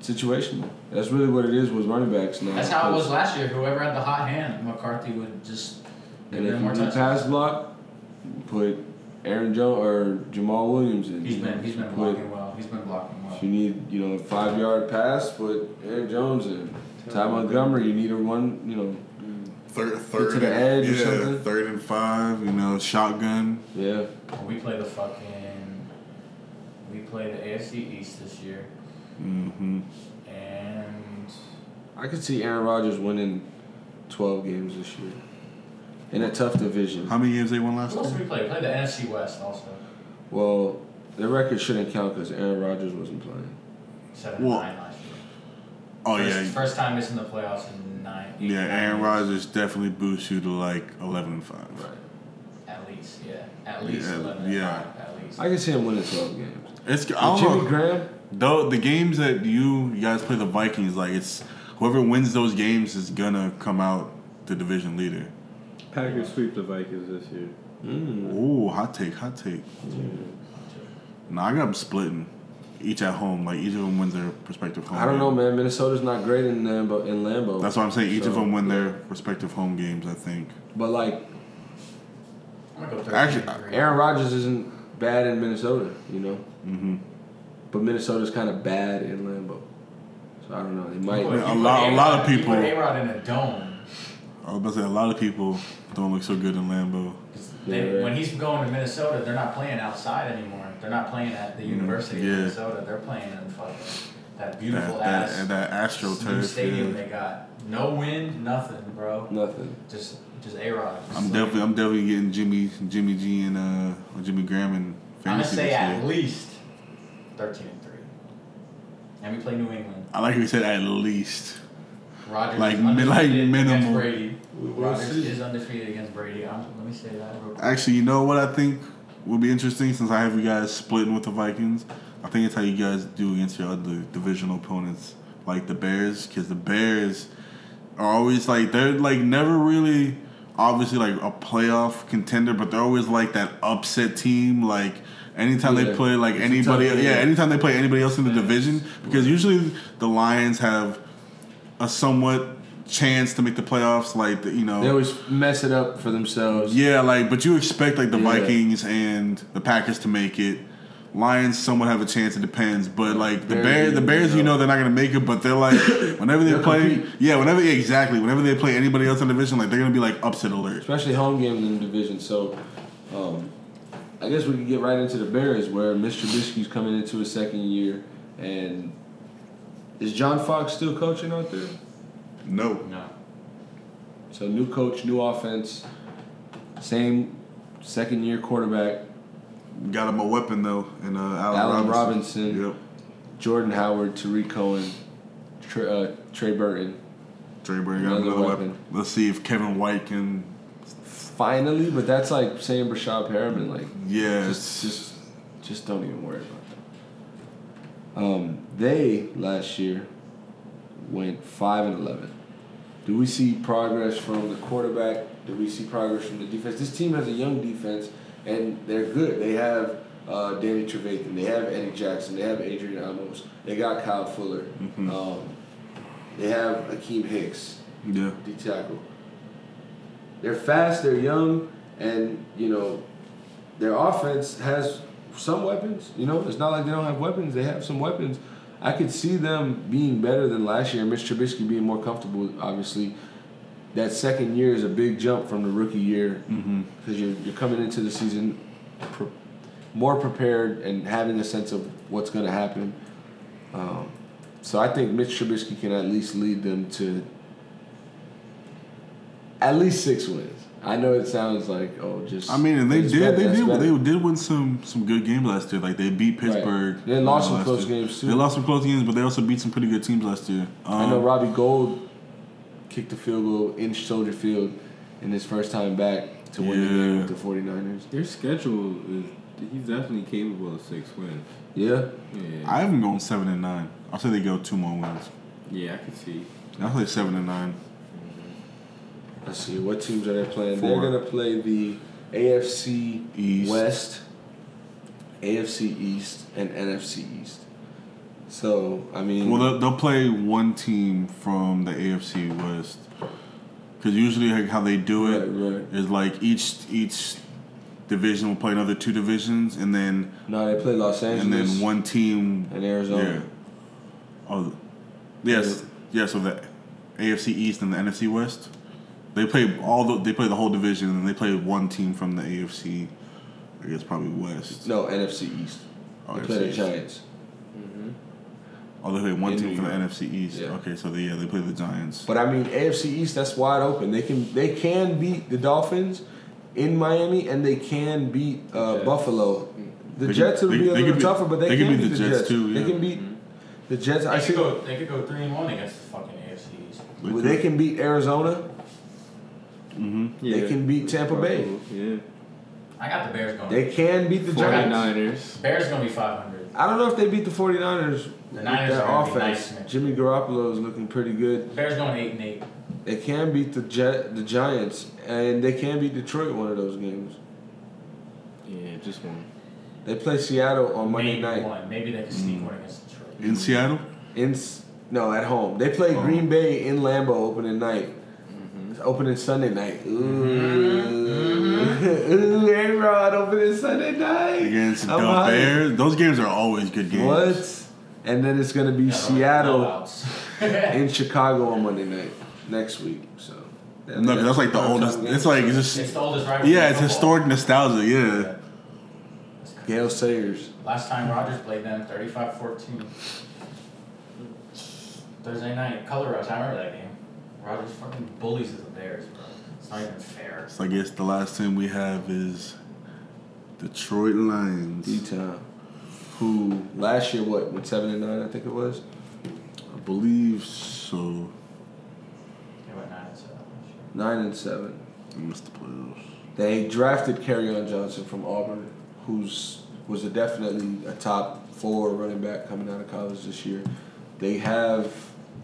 B: situational. That's really what it is with running backs now.
D: That's how it was last year. Whoever had the hot hand, McCarthy would just give
B: And if
D: him
B: you
D: more
B: do
D: touches.
B: pass block, put Aaron Jones or Jamal Williams in.
D: He's been he's been
B: Put-
D: blocking well. He's been blocking well.
B: If you need, you know, a five yard pass, put Aaron Jones in. Ty Montgomery, you need a one, you know,
C: Third, third,
B: to the
C: and-
B: edge or
C: yeah,
B: something?
C: third and five. You know, shotgun.
B: yeah.
D: When we play the fucking we play the AFC East this year
C: Mm-hmm.
D: and
B: I could see Aaron Rodgers winning twelve games this year. In a tough division.
C: How many games they won last
D: who else did
C: time?
D: we play? We played the NFC West also.
B: Well, the record shouldn't count because Aaron Rodgers wasn't playing.
D: Seven
C: Well,
D: and nine last year.
C: Oh
D: first,
C: yeah,
D: first time missing the playoffs in nine eight,
C: yeah.
D: nine
C: Aaron
D: years.
C: Rodgers definitely boosts you to like eleven and five.
D: At least, yeah. At least
C: Yeah,
D: eleven and
C: yeah.
D: five, at least.
B: I can see him winning twelve games.
C: It's I
B: With
C: don't know.
B: Jimmy Graham,
C: Though the games that you, you guys play the Vikings, like it's whoever wins those games is gonna come out the division leader.
E: Packers sweep the Vikings this year.
B: Mm.
C: Ooh, hot take, hot take. Nah, I got 'em splitting. Each at home, like each of them wins their respective home.
B: I don't know,
C: game.
B: man. Minnesota's not great in Lambo. In Lambo,
C: That's what I'm saying. Each of
B: So,
C: them win their respective home games. I think.
B: But like,
D: I'm gonna go 13
C: Actually,
D: and three.
B: Aaron Rodgers isn't bad in Minnesota, you know.
C: hmm
B: But Minnesota's kind of bad in Lambo, so I don't know. They might.
D: You put-
C: a
D: you put
C: lot- a lot of
D: A-Rod- you
C: people-
D: put A-Rod in a dome.
C: I was about to say a lot of people don't look so good in Lambeau.
D: 'Cause They,
B: Yeah, right.
D: When he's going to Minnesota, they're not playing outside anymore. They're not playing at the University
C: Mm-hmm. yeah.
D: of Minnesota. They're playing in fucking that that
C: That,
D: beautiful
C: that,
D: ass
C: that Astro
D: new
C: turf.
D: stadium
C: yeah.
D: they got. No wind, nothing, bro.
B: Nothing.
D: Just just A Rod.
C: I'm definitely I'm definitely getting Jimmy Jimmy G and uh or Jimmy Graham and
D: I'm gonna
C: fantasy
D: say
C: this
D: at
C: year.
D: least thirteen and three. And we play New England.
C: I like how you said at least.
D: Rodgers
C: Like
D: is
C: mi-
D: undefeated
C: like
D: against
C: minimal.
D: Brady.
B: we'll
D: Rodgers
B: see.
D: is undefeated against Brady. I'm, let me say that real quick.
C: Actually, you know what I think will be interesting since I have you guys splitting with the Vikings. I think it's how you guys do against your other divisional opponents, like the Bears, because the Bears are always like they're like never really obviously like a playoff contender, but they're always like that upset team. Like anytime
B: Yeah.
C: they play like
B: It's a
C: anybody,
B: tough-
C: yeah,
B: yeah.
C: anytime they play anybody else in the division, because usually the Lions have a somewhat chance to make the playoffs. Like the, you know,
B: They always mess it up for themselves.
C: yeah, like but you expect like the
B: Yeah.
C: Vikings and the Packers to make it. Lions somewhat have a chance. It depends, but like the
B: Bears,
C: Bears, the
B: you
C: Bears, you
B: know.
C: know they're not gonna make it. But they're like whenever they
B: They'll
C: play,
B: compete.
C: yeah, whenever yeah, exactly whenever they play anybody else in the division, like they're gonna be like upset alert.
B: especially home games in the division. So, um, I guess we could get right into the Bears, where Mr. Trubisky's coming into his second year, and is John Fox still coaching out there?
C: No,
D: No.
B: So new coach, new offense, same second year quarterback,
C: got him a weapon though, and uh, Allen,
B: Allen
C: Robinson.
B: Robinson.
C: Yep,
B: Jordan Howard, Tariq Cohen, Trey, uh, Trey Burton.
C: Trey Burton got
B: Another
C: another weapon.
B: weapon.
C: Let's see if Kevin White can.
B: Finally, but that's like saying Brashad Perriman, like
C: Yeah,
B: just
C: it's-
B: just just don't even worry about that. Um, they last year went five and eleven. Do we see progress from the quarterback? Do we see progress from the defense? This team has a young defense, and they're good. They have uh, Danny Trevathan, they have Eddie Jackson, they have Adrian Amos, they got Kyle Fuller, um, they have Akeem Hicks,
C: yeah.
B: D tackle. They're fast, they're young, and you know, their offense has some weapons. You know, it's not like they don't have weapons. They have some weapons. I could see them being better than last year. Mitch Trubisky being more comfortable, obviously. That second year is a big jump from the rookie year because you're, you're coming into the season pre- more prepared and having a sense of what's going to happen. Um, so I think Mitch Trubisky can at least lead them to at least six wins. I know it sounds like oh just.
C: I mean, and they
B: it's
C: did,
B: better,
C: they
B: that's
C: did,
B: better.
C: they did win some some good games last year. Like they beat Pittsburgh.
B: They lost some
C: last
B: close
C: year.
B: games, too.
C: They lost some close games, but they also beat some pretty good teams last year. Um,
B: I know Robbie Gold kicked the field goal in Soldier Field in his first time back to win the game
C: Yeah.
B: with the 49ers.
E: Their schedule is. He's definitely capable of six wins.
B: Yeah.
E: Yeah,
C: I have them going seven and nine. I'll say they go two more wins.
E: yeah, I could see.
C: I'll say seven and nine.
B: Let's see what teams are they playing. they They're
C: Four.
B: gonna play the AFC
C: East.
B: West, AFC East, and NFC East. So I mean,
C: Well, they'll, they'll play one team from the AFC West because usually like, how they do it is
B: Right, right.
C: like each each division will play another two divisions, and then
B: no, they play Los
C: and
B: Angeles
C: then one team
B: and Arizona.
C: Yeah. Oh, yes, yeah. So the AFC East and the NFC West, they play all the they play the whole division, and they play one team from the AFC. I guess probably West.
B: No, NFC East.
C: Oh,
B: they play the
C: AFC.
B: Giants.
C: Oh, they play one
B: In
C: team
B: New
C: from the
B: York.
C: NFC East.
B: Yeah.
C: Okay, so they yeah they play the Giants.
B: But I mean, AFC East that's wide open. They can they can beat the Dolphins in Miami, and they can beat uh,
F: Jets.
B: Buffalo. The
C: They could-
B: Jets will
C: they-
B: be a
C: they
B: little
C: could beat-
B: tougher, but they,
C: they could
B: can beat, the Jets,
C: too,
B: They
C: yeah.
B: can beat the Jets. I
D: They
B: see.
D: could go they could go three and one against the fucking AFC East.
C: They
B: Well,
C: could-
B: they can beat Arizona.
E: Yeah.
B: They can beat Tampa Bay.
E: Yeah.
D: I got the Bears going.
B: They can beat the Giants.
E: 49ers.
D: Bears gonna be five hundred.
B: I don't know if they beat the 49ers. with
D: Niners
B: their
D: are gonna be
B: offense.
D: nice, man.
B: Jimmy Garoppolo is looking pretty good.
D: Bears going eight and eight.
B: They can beat the Jet, the Giants, and they can beat Detroit one of those games.
E: Yeah, just one.
B: They play Seattle on Monday
D: Maybe
B: night.
D: one. Maybe they can sneak one against Detroit.
C: in Seattle.
B: In S- no, at home. They play Green Bay in Lambeau opening night. It's opening Sunday night. Ooh, ooh, A-Rod opening Sunday night
C: Against
B: I'm
C: the
B: hyped.
C: Bears, those games are always good games.
B: What? And then it's gonna be
D: Yeah,
B: Seattle
D: blowouts.
B: in Chicago on Monday night next week. So that-
C: No, 'cause that's like the
B: prime
C: oldest.
B: time game.
C: It's like it's just
D: it's the oldest rivalry.
C: yeah,
D: in
C: it's
D: football.
C: historic nostalgia. Yeah,
D: Yeah. That's crazy.
B: Gail Sayers.
D: Last time Rogers played them, 35-14. Thursday night, color rush. I remember that game. Rogers fucking bullies the Bears, bro. It's not even fair.
C: So I guess the last team we have is Detroit Lions.
B: D-Town, who last year what went seven and nine, I think it was.
C: I believe so.
D: They uh, went nine and seven. I'm sure.
B: Nine and seven.
C: I missed the playoffs.
B: They drafted Carryon Johnson from Auburn, who's was a definitely a top four running back coming out of college this year. They have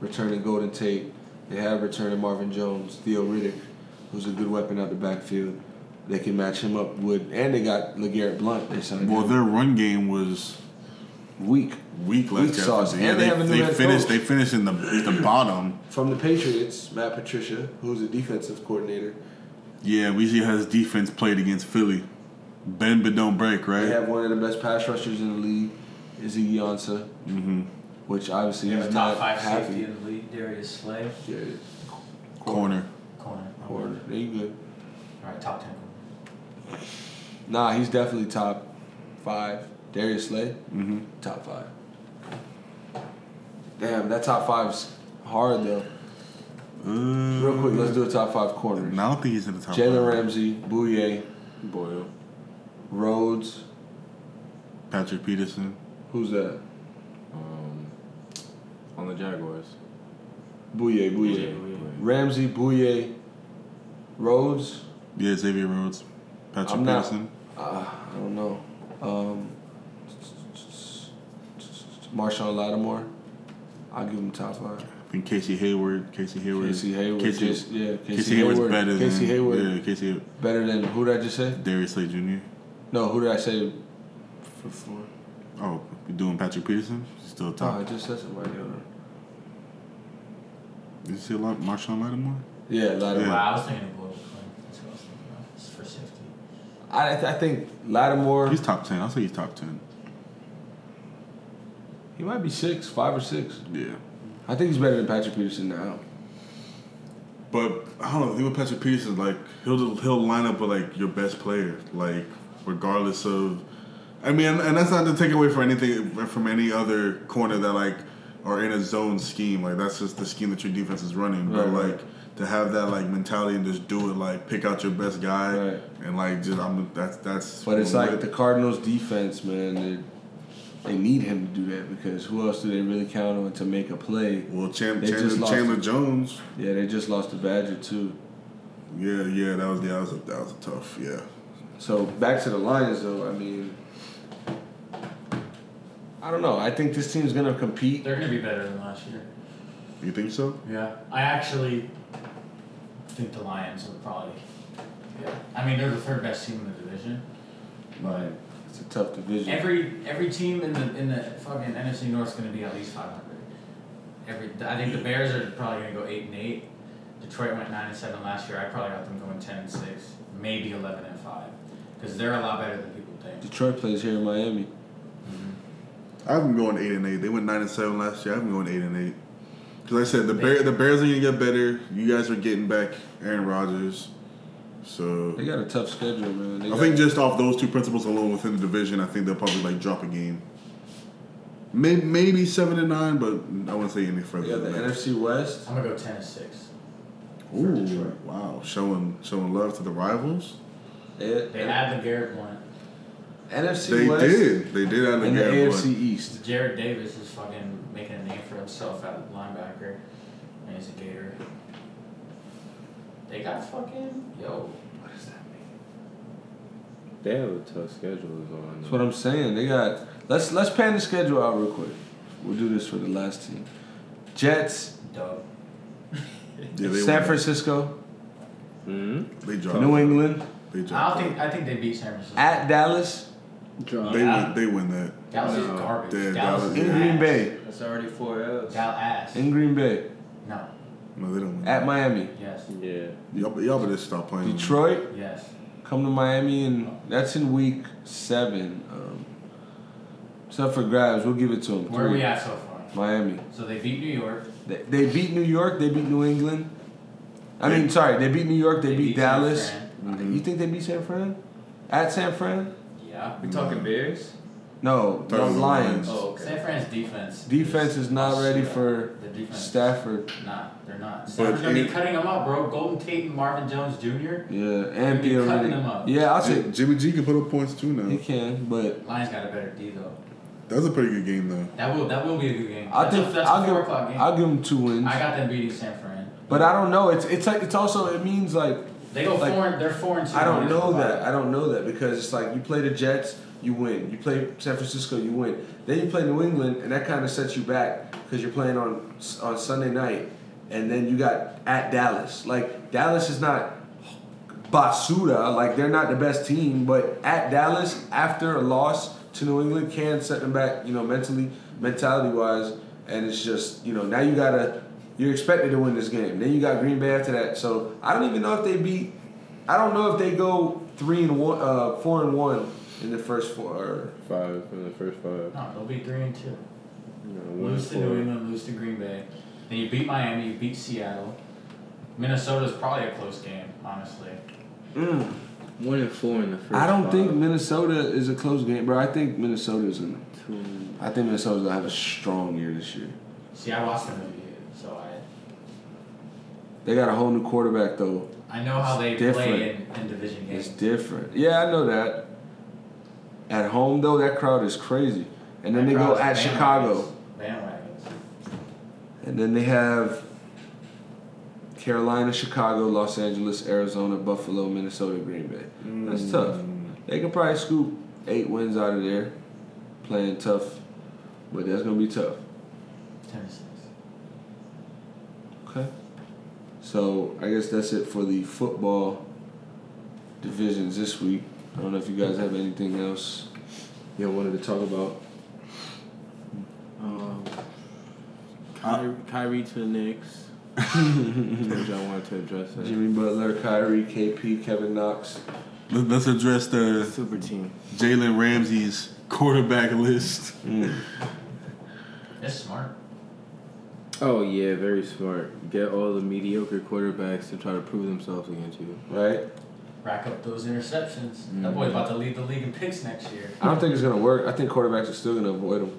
B: returning Golden Tate. They have returning Marvin Jones, Theo Riddick, who's a good weapon out the backfield. They can match him up with, and they got Legarrette Blunt. They signed
C: Well, their run game was
B: week
C: weak last
B: Weak
C: year.
B: sauce.
C: Yeah,
B: And they
C: they,
B: have a new
C: they
B: head
C: finished.
B: coach.
C: They finished in the the bottom.
B: from the Patriots. Matt Patricia, who's a defensive coordinator.
C: Yeah, we see how his defense played against Philly. Bend but don't break,
B: They
C: right?
B: have one of the best pass rushers in the league, Izzy Ansah, mm-hmm. which obviously
D: They have
B: is
D: a
B: not
D: top five safety
B: happy.
D: in the league. Darius Slay,
B: Yeah, it is.
C: Corner.
D: corner.
B: Or- yeah, you good.
D: All right, top ten. corner.
B: Nah, he's definitely top five. Darius Slay, mm-hmm. top five. Damn, that top five's hard though.
C: Uh,
B: Real quick, let's do a top five corners.
C: no, I don't think he's in the top.
B: Jalen
C: five.
B: Ramsey, Bouye,
E: Boyle.
B: Rhodes.
C: Patrick Peterson.
B: Who's that?
E: Um, on the Jaguars.
B: Bouye, Bouye. Ramsey, Bouye, Rhodes.
C: Yeah, Xavier Rhodes. Patrick
B: I'm not-
C: Peterson.
B: Uh, I don't know. Um, Marshawn Lattimore. I'll give him top five.
C: I think Casey Hayward. Casey Hayward.
B: Casey Hayward.
C: Casey,
B: Just- yeah, Casey,
C: Casey
B: Hayward.
C: Hayward's better
B: Casey
C: than
B: Hayward.
C: Yeah, Casey Hayward.
B: Better than who did I just say?
C: Darius Slay Jr.
B: No, who did I say for four?
C: Oh, we doing Patrick Peterson? He's still
B: Oh, I
C: top.
B: just said somebody. Hold on.
C: Did you see a lot? Marshawn Lattimore.
B: Yeah, Lattimore.
C: Yeah.
D: Wow, I was thinking of Boyle. That's what I was thinking of. It's for safety.
B: I, I think Lattimore.
C: He's top ten. I'll say he's top ten.
B: He might be six, five or six.
C: Yeah.
B: I think he's better than Patrick Peterson now.
C: But I don't know. The thing with Patrick Peterson, like he'll he'll line up with like your best player, like regardless of. I mean, and that's not to take away from anything from any other corner that like are in a zone scheme. Like that's just the scheme that your defense is running. But
B: Right, right.
C: like to have that like mentality and just do it, like pick out your best guy
B: Right.
C: and like just I'm that's that's.
B: But it's
C: what-
B: like the Cardinals defense, man. They, they need him to do that because who else do they really count on to make a play?
C: well, Chan-
B: they just
C: Chandler,
B: lost.
C: Chandler Jones.
B: Yeah, they just lost to Badger too.
C: Yeah, yeah, that was yeah, that was a, that was a tough. Yeah,
B: So back to the Lions, though. I mean, I don't know. I think this team's gonna compete.
D: They're gonna be better than last year.
C: you think so?
D: Yeah, I actually think the Lions are probably. Yeah, I mean they're the third best team in the division.
B: Like, it's a tough division.
D: Every every team in the in the fucking NFC North is going to be at least five hundred. Every I think the Bears are probably going to go eight and eight. Detroit went nine and seven last year. I probably got them going ten and six, maybe eleven and five, because they're a lot better than people think.
B: Detroit plays here in Miami.
C: I have them going eight and eight. They went nine and seven last year. I have them going eight and eight. Because I said the bear, the Bears are gonna get better. You guys are getting back Aaron Rodgers, so
B: They got a tough schedule, man. They
C: I
B: got-
C: think just off those two principles alone within the division, I think they'll probably like drop a game. Maybe, maybe seven and nine, but I wouldn't say any further.
B: they got the
C: than that.
B: NFC West. eh,
D: I'm gonna go ten and six.
C: Ooh, wow, showing showing love to the rivals.
B: They-
D: They add the Garrett Blunt.
B: NFC
C: They
B: West.
C: did, they did.
B: And
C: And
B: the
C: the
B: AFC
C: AFC.
B: East.
D: Jared Davis is fucking making a name for himself at linebacker, and he's a Gator. They got fucking yo. What does that mean?
E: They have a tough schedule, is all I know.
B: That's what I'm saying. They got. Let's let's pan the schedule out real quick. We'll do this for the last team. Jets,
D: Dope.
C: Yeah, they
B: San
C: won.
B: Francisco,
E: Mm-hmm.
C: They dropped.
B: New England,
C: They
D: I
C: dropped.
D: don't think I think they beat San Francisco.
B: at Dallas,
E: Drop.
C: They
D: Yeah.
C: win. They win that.
D: Dallas is
E: No,
D: garbage.
C: dude,
D: Dallas,
C: Dallas-
D: is
B: in
D: ass.
B: Green Bay,
F: That's already four L's.
D: Dal ass.
B: in Green Bay,
D: no.
C: No, they don't win.
B: at Miami,
D: Yes.
E: Yeah.
C: Y'all, y'all better stop playing.
B: Detroit,
D: Yes.
B: come to Miami, and that's in week seven. Um, except for grabs, we'll give it to them.
D: Where are we at so far?
B: Miami.
D: So they beat New York.
B: They, they beat New York. They beat New England. I
C: They-
B: mean, sorry, they beat New York. They,
D: They
B: beat,
D: beat San
B: Dallas. Mm-hmm.
D: Fran.
B: You think they beat San Fran? At San Fran?
D: Yeah.
F: We talking Bears?
B: No,
C: Third
B: no
C: and the
B: Lions.
C: Lions.
D: Oh, okay. San Fran's defense.
B: Defense is not ready
D: shit.
B: for
D: The defense.
B: Stafford.
D: Nah, they're not. Stafford's
C: But
D: gonna be
C: it-
D: cutting them up, bro. Golden Tate and Marvin Jones Jr.
B: Yeah, and
D: They be
B: Peter. Riddick.
D: cutting them up.
B: Yeah, I'll say
C: J- Jimmy G can put up points too
B: he
C: now.
B: can, but
D: Lions got a better D though.
C: That was a pretty good game though.
D: That will that will be a good game.
B: I
D: that's
B: think
D: a, that's
B: I'll
D: a four
B: give
D: o'clock game.
B: I'll give him two wins.
D: I got them beating San Fran.
B: but I don't know. It's it's like it's also it means like
D: They go
B: Like,
D: foreign. They're foreign.
B: I don't know that. I don't know that because it's like you play the Jets, you win. You play San Francisco, you win. Then you play New England, and that kind of sets you back because you're playing on on Sunday night, and then you got at Dallas. Like Dallas is not basura. Like they're not the best team, but at Dallas after a loss to New England can set them back. You know, mentally, mentality wise, and it's just you know now you gotta. You're expected to win this game. Then you got Green Bay after that. So I don't even know if they beat I don't know if they go three and one, uh, four and one in the first four. Or,
E: Five in the first five.
D: No, they'll be three and two.
E: You know, one
D: Lose to New
E: four.
D: England. Lose to Green Bay. Then you beat Miami. You beat Seattle. Minnesota's probably a close game, honestly.
E: One and four in the first.
B: I don't
E: five.
B: think Minnesota is a close game, bro. I think Minnesota's in.
E: Two.
B: I think Minnesota's gonna have a strong year this year.
D: See, I watched the movie, so I
B: They got a whole new quarterback though.
D: I know how they
B: It's
D: play
B: different.
D: in, in division
B: It's
D: games.
B: different. Yeah, I know that. At home though, that crowd is crazy. And then they go at Chicago.
D: Bandwagons.
B: And then they have Carolina, Chicago, Los Angeles, Arizona, Buffalo, Minnesota, Green Bay. That's tough. They could probably scoop eight wins out of there, playing tough, but that's gonna be tough.
D: Tennessee.
B: Okay. So I guess that's it for the football divisions this week. I don't know if you guys have anything else you wanted to talk about.
E: Um, Kyrie, Kyrie to the Knicks. Told you I wanted to address that.
B: Jimmy Butler, Kyrie, KP, Kevin Knox.
C: Let- Let's address the
E: Super team.
C: Jalen Ramsey's quarterback list.
D: It's smart.
E: Oh yeah, very smart. Get all the mediocre quarterbacks to try to prove themselves against you.
B: Right?
D: Rack up those interceptions.
B: Mm.
D: That boy's about to lead the league in picks next year.
B: I don't think it's gonna work. I think quarterbacks are still gonna avoid him.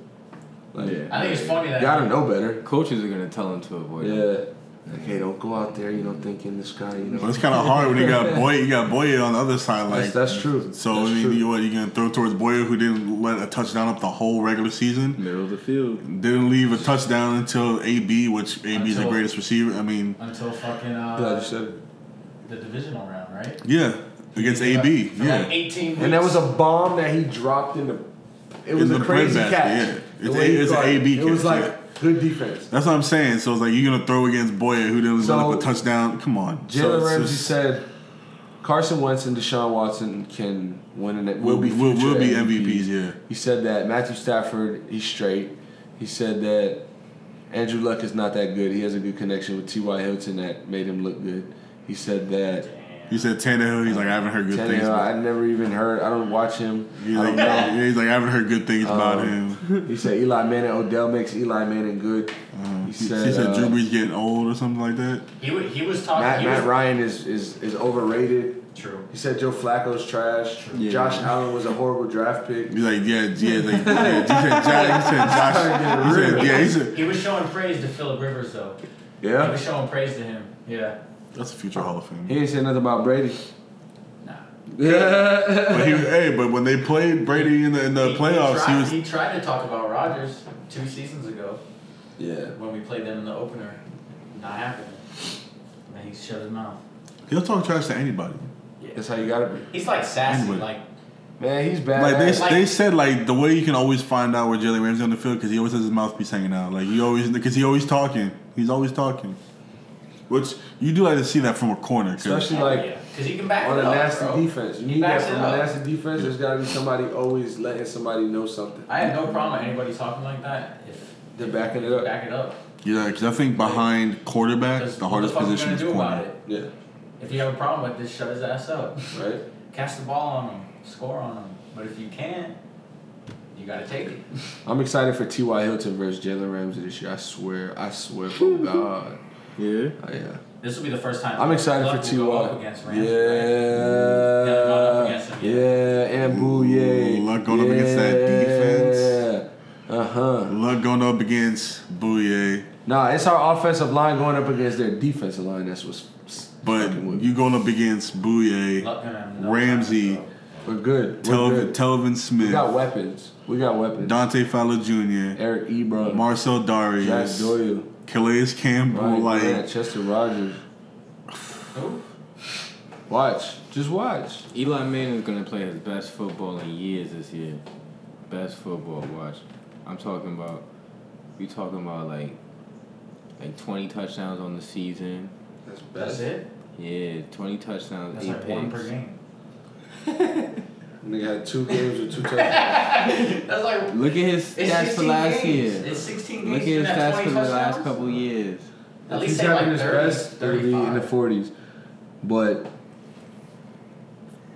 B: Like,
E: Yeah.
D: I think it's funny that
B: gotta know better.
E: Coaches are gonna tell them to avoid. it.
B: Yeah. Like, hey, don't go out there. You don't think in this guy. You
C: But
B: know.
C: it's kind of hard when you got Boy, you got Boyer on the other side. Like
B: That's, that's true.
C: So
B: that's
C: I mean,
B: true.
C: you what you gonna throw towards Boyer, who didn't let a touchdown up the whole regular season,
E: Middle of the field.
C: didn't leave a touchdown until AB, which AB is the
D: Until-
C: greatest receiver. I mean,
D: until fucking
B: Glad you
D: uh,
B: said it.
D: the divisional round, right?
C: yeah, against
D: For like-
C: AB,
D: for like
C: yeah,
D: 18 weeks.
B: And that was a bomb that he dropped in the. It was
C: In
B: a
C: the
B: crazy
C: breadbasket,
B: catch.
C: yeah.
B: The
C: It's
B: way he
C: a- it's a
B: caught it.
C: AB
B: It was
C: catch,
B: like
C: yeah.
B: good defense.
C: That's what I'm saying. So it's like you're gonna throw against Boyer, who didn't
B: So-
C: let up a touchdown. Come on,
B: Jalen
C: So it's
B: Ramsey
C: just-
B: said, "Carson Wentz and Deshaun Watson can win and it
C: "Will be will, will be
B: future
C: MVPs." Yeah,
B: He said that Matthew Stafford, he's straight. He said that Andrew Luck is not that good. He has a good connection with T.Y. Hilton that made him look good. He said that
C: he said Tannehill. He's like, I haven't heard good things.
B: Tannehill,
C: about-
B: I never even heard. I don't watch him.
C: He's
B: I
C: like,
B: don't know. Um,
C: yeah, he's like, I haven't heard good things about him.
B: He said Eli Manning. Odell makes Eli Manning good.
C: Uh,
B: He
C: he
B: said,
C: said,
B: uh,
C: Drew Brees getting old or something like that.
D: he, wa- he was talking.
B: Matt,
D: he
B: Matt
D: was,
B: Ryan is, is is overrated.
D: True.
B: He said Joe Flacco's trash.
E: Yeah.
B: Josh Allen was a horrible draft pick.
C: He's like, yeah, yeah, like, yeah. He said, Josh, he said, Josh, he said, yeah, he said,
D: He was showing praise to Philip Rivers though. He
B: Yeah.
D: was showing praise to him. Yeah.
C: that's a future Hall of Fame.
B: He ain't said nothing about Brady.
D: Nah.
C: But he, hey, but when they played Brady in the, in the
D: He- He
C: playoffs,
D: tried,
C: he was
D: he tried to talk about Rodgers two seasons ago
B: yeah.
D: when we played them in the opener. Not happening. And he shut his mouth.
C: he'll talk trash to anybody.
B: That's how you gotta be.
D: He's like sassy.
C: Anyway.
D: Like
B: Man, he's bad.
C: Like they,
D: Like-
C: they said, like the way you can always find out where Jalen Ramsey on the field because he always has his mouthpiece hanging out. Like he always because he always talking. He's always talking. Which you do like to see that from a corner. 'cause-
B: Especially
D: yeah,
B: like
D: because he can back
B: on
D: it
B: a
D: up,
B: nasty
D: bro.
B: defense. You
D: He
B: need that
D: backs it
B: from a
D: up.
B: nasty defense. There's gotta be somebody always letting somebody know something.
D: I have no problem with anybody talking like that if
B: They're backing it up.
D: back it up.
C: yeah, because I think behind quarterback,
D: Because
C: the hardest
D: what the fuck
C: position
D: you
C: is
D: gonna do about
C: corner.
D: it?
B: Yeah.
D: If you have a problem with this, shut his ass up.
B: Right.
D: Cast the ball on him, score on him. But if you can't, you gotta take it.
B: I'm excited for T.Y. Hilton versus Jalen Ramsey this year. I swear. I swear. Oh God.
E: Yeah.
B: Oh, yeah.
D: This will be the first time.
B: I'm excited
D: Luck
B: for
D: will go up
B: T.Y.
D: against Ramsey, right?
B: Yeah.
D: against him,
B: Yeah, and Bouye.
C: Luck going up against that defense.
B: Uh huh.
C: Luck going up against Bouye,
B: Nah, it's our offensive line going up against their defensive line. That's what's.
C: but
B: fucking with me.
C: you going up against Bouye,
D: Luck gonna have no
C: Ramsey,
D: time,
B: we're good. We're
C: Telvin,
B: good.
C: Telvin
B: We got
C: Smith,
B: weapons. We got weapons.
C: Dante Fowler Jr.,
B: Eric Ebron,
C: Marcel
B: Jack
C: Darius,
B: Doyle,
C: Calais Campbell.
B: Ryan Grant,
C: Like
B: Chester Rogers.
D: so- Who?
B: Watch, just watch.
E: Eli Manning is gonna play his best football in years this year. Best football. Watch. I'm talking about. We talking about like, like 20 touchdowns on the season.
D: That's it.
E: Yeah, 20 touchdowns,
D: That's
E: eight
D: like one
E: picks.
D: per game.
B: Nigga had two games with two touchdowns.
D: That's like
E: Look at his
D: it's
E: stats for
D: 16
E: last
D: games.
E: year.
D: It's 16 games.
E: Look at
D: you
E: his
D: have
E: stats
D: 20
E: for the last
D: touchdowns?
E: couple years.
D: At
B: He's
D: least they
B: having
D: like
B: his
D: 30,
B: best. It'll be in the
D: 35.
B: forties, but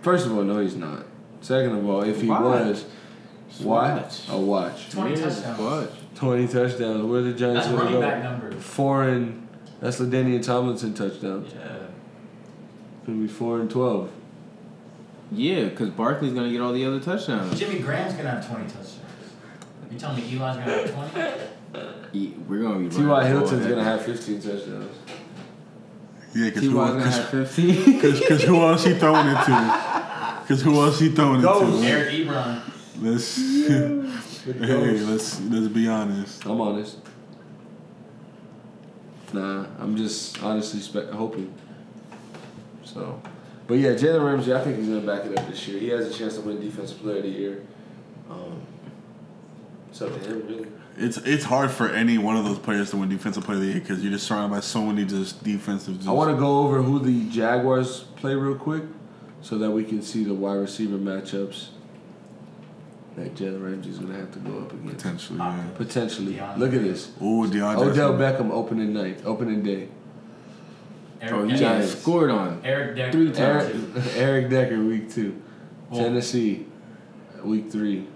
B: first of all, no, he's not. Second of all, if he
E: Why?
B: was, watch
E: Watch.
B: a watch.
D: 20
E: Yeah,
D: touchdowns.
E: Watch.
B: Twenty touchdowns. Where the Giants
D: That's
B: gonna
D: running back
B: go?
D: numbers.
B: Four and that's Ladainian Tomlinson touchdown.
D: Yeah.
B: It'll be four and twelve.
E: Yeah, because Barkley's gonna get all the other touchdowns.
D: Jimmy Graham's gonna have 20 touchdowns. You telling me Eli's gonna have 20?
E: E- We're gonna be.
B: T.Y. Hilton's gonna have fifteen touchdowns.
C: yeah, because
E: T.Y.'s
C: who,
E: gonna have
C: else-
E: 15.
C: cause, 'cause who else he throwing it to? Because who else he throwing it to?
D: Eric Ebron.
C: Let's hey, let's let's be honest.
B: I'm honest. Nah, I'm just honestly spe- hoping. So, but yeah, Jalen Ramsey, I think he's gonna back it up this year. He has a chance to win Defensive Player of the Year. Um, it's up to him, really.
C: It's it's hard for any one of those players to win defensive player of the year because you're just surrounded by so many just defensive. Just,
B: I want to go over who the Jaguars play real quick, so that we can see the wide receiver matchups that Jalen Ramsey's gonna have to go up against.
C: potentially. Yeah.
B: Potentially, look at this.
C: Ooh, DeAndre.
B: Odell
C: Smith.
B: Beckham opening night, opening day.
D: Eric,
E: oh, he
D: Eric,
E: got
B: Giants.
E: scored on.
D: Eric Decker.
E: Three times.
B: Eric,
D: Eric,
B: Eric Decker, week two.
D: Well-
B: Tennessee, week three.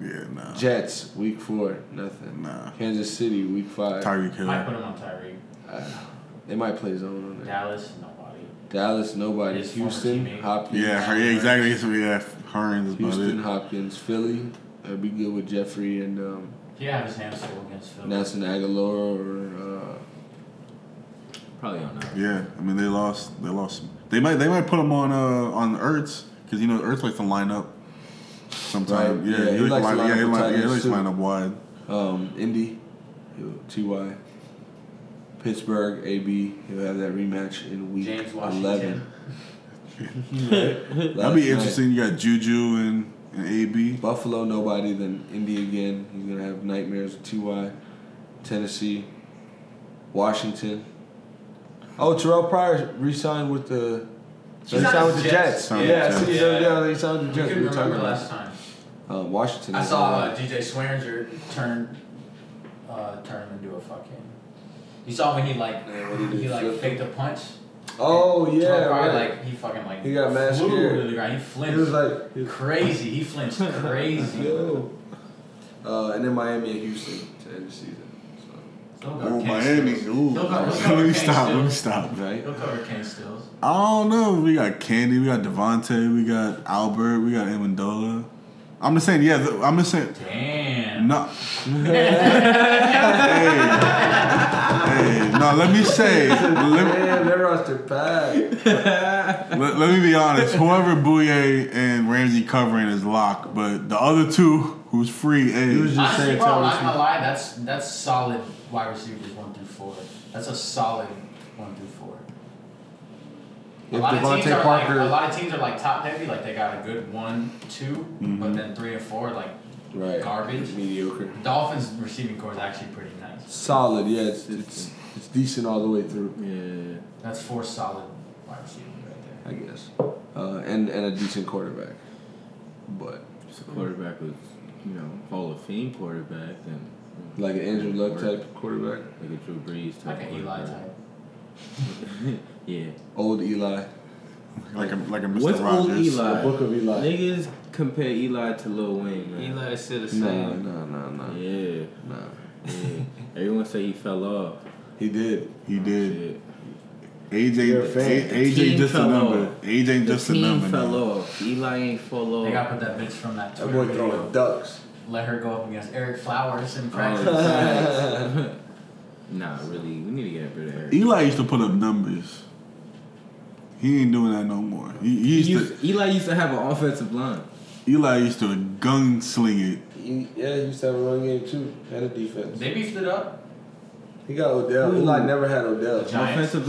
C: Yeah, nah.
B: Jets, week four. Nothing.
C: Nah.
B: Kansas City, week five.
C: Tyreek Hill.
D: might put him on Tyreek.
B: they might play zone on it.
D: Dallas, nobody.
B: Dallas, nobody.
D: His former
B: Houston,
D: teammate.
B: Hopkins.
C: Yeah, her, yeah, exactly. It's, yeah, Hearns about
B: Houston,
C: it.
B: Hopkins, Philly. That'd be good with Jeffrey and um,
D: He have his hands full against Philly.
B: Nelson Aguilar or uh,
E: Probably on that.
C: Yeah, I mean they lost. They lost. They might. They might put him on uh on Ertz because you know Ertz likes to line up. Sometimes,
B: Right,
C: yeah,
B: yeah,
C: he,
B: he
C: likes to line, yeah, he
B: with
C: li-
B: tight
C: yeah, he
B: ends,
C: likes to
B: too.
C: line up wide.
B: um, Indy, he'll- Ty. Pittsburgh, AB. He'll have that rematch in week
D: James Washington.
B: eleven.
C: That'd be interesting. You got Juju and, and AB.
B: Buffalo, nobody. Then Indy again. He's gonna have nightmares with Ty. Tennessee, Washington. Oh, Terrell Pryor re-signed with the.
D: He's
B: He signed
D: not
B: with the Jets.
C: Signed with
B: Yeah,
C: the
B: I see
D: Jets.
B: the other day how they signed with the
D: We
B: Jets. We
D: couldn't
B: were talking
D: remember last
B: about
D: time.
B: uh, Washington.
D: I saw uh, DJ Swearinger turn, uh, turn him into a fucking. You saw when he like
B: Yeah, what he did,
D: he like
B: flip.
D: faked a punch.
B: Oh yeah,
D: Terrell Pryor,
B: right.
D: Like he fucking like
B: He got mad
D: flew
B: scared.
D: to the ground. He flinched.
B: he was like, he was-
D: crazy. He flinched crazy.
B: yo. Uh, and then Miami and Houston to end the season. So.
D: Still got
C: Oh,
D: Kane
C: Miami.
D: Stills.
C: Ooh.
D: Still got- still
C: Let me
D: got Kane
C: stop. Let me
D: Stills.
C: stop.
B: Right.
D: He'll cover Kane Stills.
C: I don't know. We got Candy. We got Devontae. We got Albert. We got Amendola. I'm just saying. Yeah, th- I'm just saying.
D: Damn.
C: No. hey. hey. No. Let me say. Let,
B: Man, that roster packed.
C: let, let me be honest. Whoever Bouye and Ramsey covering is locked, but the other two who's free, hey.
B: He was just
D: Honestly,
B: saying,
D: bro, I'm
B: tell
D: not
B: us.
D: gonna lie. That's that's solid wide receivers one through four. That's a solid one through four.
B: If
D: a lot of teams
B: Devontae
D: are
B: Parker,
D: like a lot of teams are like top heavy, like they got a good one, 2 but then three and four are, like
B: Mm-hmm. right,
D: garbage.
B: mediocre.
D: Dolphins receiving core is actually pretty nice.
B: Solid, yeah. It's, it's it's decent all the way through,
E: Yeah.
D: That's four solid wide receivers right there.
B: I guess, uh, and and a decent quarterback. But
E: Just a quarterback with, you know, Hall of Fame quarterback and
B: like an Andrew Luck type quarterback,
E: like a Drew Brees type.
D: Like an Eli
E: quarterback.
D: type.
E: Yeah.
B: old Eli,
C: Like a like a
E: What's
C: Mr.
E: old
C: Rogers.
E: Eli?
B: the book of Eli.
E: Niggas compare Eli to Lil Wayne, man.
F: Eli is still the
B: No,
F: same.
B: no, no, no,
E: Yeah.
B: no.
E: yeah. Everyone say he fell off.
B: He did.
C: He did.
E: Shit.
B: You're a
C: AJ,
B: fan.
C: A-
B: The
C: AJ
E: team
C: just a
E: fell
C: number.
E: off.
C: AJ
E: The
C: just a
E: team
C: number.
E: fell
C: now.
E: off. Eli ain't fall off.
D: They got to put that bitch from that
B: That
D: Twitter
B: boy
D: video.
B: throwing ducks.
D: Let her go up against Eric Flowers in practice.
E: Oh, nah, really, we need to get up rid of Eric.
C: Eli used to put up numbers. He ain't doing that no more. He, he used
E: He used- Eli used to have an offensive line.
C: to Eli used to gunsling it.
B: He, yeah, he used to have a run game too. Had a defense.
D: they beefed it up.
B: He got Odell. Eli never had Odell.
D: Giants.
E: Offensive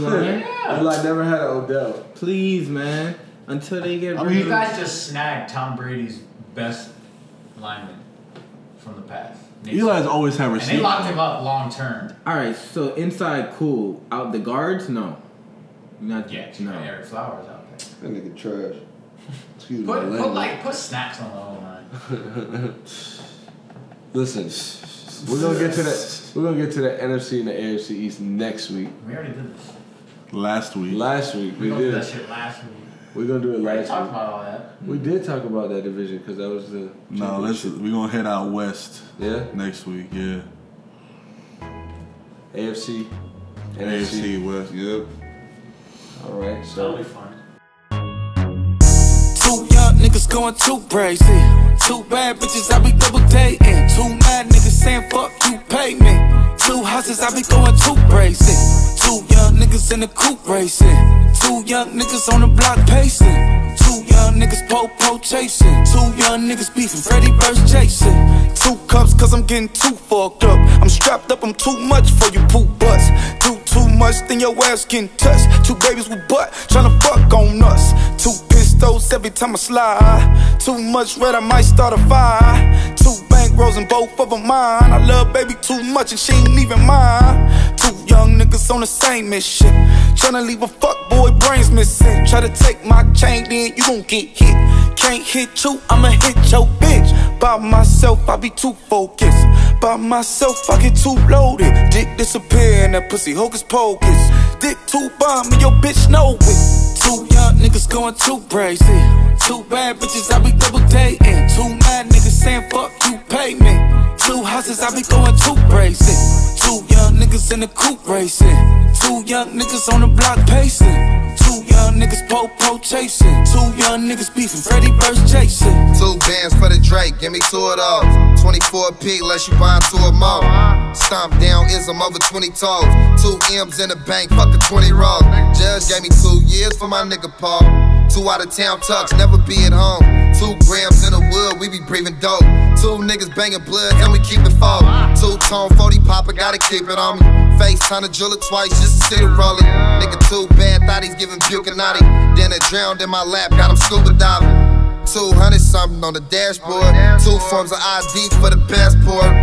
E: line,
D: Yeah.
B: Eli never had an Odell.
E: please, man. Until they get
C: I
E: rid
C: mean,
E: of
D: You guys just snagged Tom Brady's best lineman from the past. Nate
C: Eli's
D: Smith.
C: always had
D: And they locked him
C: receivers.
D: up long term.
E: All right, so inside cool, out the guards, no, not
D: Yeah, to
E: no.
D: get Eric Flowers out there.
B: That nigga trash. Excuse my
D: Put, put
B: language.
D: like put snaps on the O line.
B: Listen, we're gonna get to the we're gonna get to the NFC and the AFC East next week.
D: We already did this.
C: Last week,
B: Last week
D: We
B: we
D: don't do that
B: did.
D: shit last week.
B: We're gonna do it
D: We already
B: last
D: talked
B: week.
D: about all that.
B: We did talk about that division because that was the
C: no, let's we gonna head out west
B: yeah
C: next week. Yeah,
B: AFC, NFC.
C: AFC West. Yep.
B: All right,
D: That'll be
B: so
D: fun.
I: Two young niggas going too crazy. Two bad bitches I be double dating. Two mad niggas saying fuck you pay me. Two houses I be going too crazy. Two young niggas in the coupe racing. Two young niggas on the block pacing. Two young niggas po po chasing. Two young niggas beefing Freddy versus Jason. Two cups cause I'm getting too fucked up. I'm strapped up, I'm too much for you poop butts. Do too much, then your ass getting touched. Two babies with butt tryna fuck on us. Two pistols every time I slide. Too much red, I might start a fire. Two bankrolls and both of them mine. I love baby too much and she ain't even mine. Two young niggas on the same mission. Tryna leave a fuck boy brains missing. Try to take my chain, then you gon' get hit. Can't hit you, I'ma hit your bitch. By myself, I be too focused. By myself, I get too loaded. Dick disappear and that pussy hocus pocus. Dick too bomb and your bitch know it. Two young niggas going too crazy. Two bad bitches, I be double dating. Two mad niggas saying fuck you, pay me. Two houses, I be going too crazy. Two young niggas in the coupe racing. Two young niggas on the block pacing. Two young niggas po po chasing. Two young niggas beefing Freddy versus Jason.
J: Two bands for the Drake, give me two of those. 24 P, unless you buy two or more. Stomp down ism over 20 toes. Two M's in the bank, fuck a 20 roll. Judge gave me two years for my nigga Paul. Two out of town tucks, never be at home. Two grams in the wood, we be breathing dope. Two niggas banging blood, and we keep it full. Two tone 40 popper, gotta keep it on me. Face time to drill it twice just to see the rolling. Nigga too bad, thought he's giving Bucanati. Then it drowned in my lap, got him scuba diving. 200 something on the dashboard. Two forms of ID for the passport.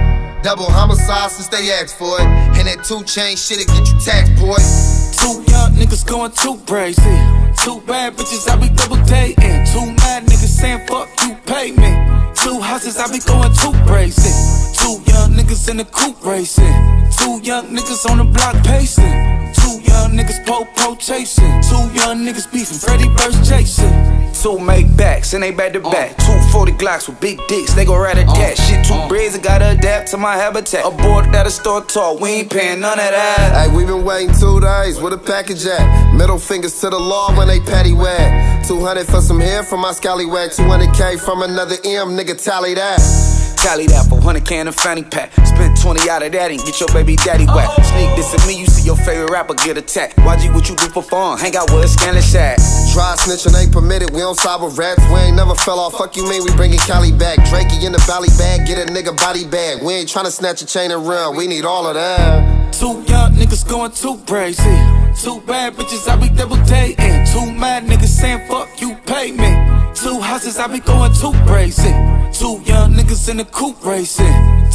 J: Double homicide since they asked for it. And that two chain shit'll get you taxed, boy.
I: Two young niggas going too crazy. Two bad bitches I be double dating. Two mad niggas saying fuck you, pay me. Two houses I be going too crazy. Two young niggas in the coupe racing. Two young niggas on the block pacing. Two young niggas po po chasing. Two young niggas beefing Freddy versus Jason. Uh.
K: Two make backs and they back to back. Two 40 Glocks with big dicks, they gon' ride at that. Shit too brazy, gotta adapt to my habitat. A board that'll start tall, we ain't paying none of that.
J: Hey, we been waiting two days. Where the package at? Middle fingers to the law when they patty wag. 200 for some hair from my scallywag. 200K from another M, nigga, tally that.
K: Tally that for 100 can a fanny pack. Spend 20 out of that and get your baby daddy whack. Sneak this at me, you see your favorite rapper get attacked. YG, what you do for fun? Hang out with a scandalous at.
J: Dry snitching ain't permitted, we don't side with rats. We ain't never fell off, fuck you mean we bringin' Cali back. Drakey in the valley bag, get a nigga body bag. We ain't tryna snatch a chain and run, we need all of that.
I: Two young niggas going too crazy. Two bad bitches I be double dating. Two mad niggas saying fuck you, pay me. Two houses I be going too crazy. Two young niggas in the coupe racing.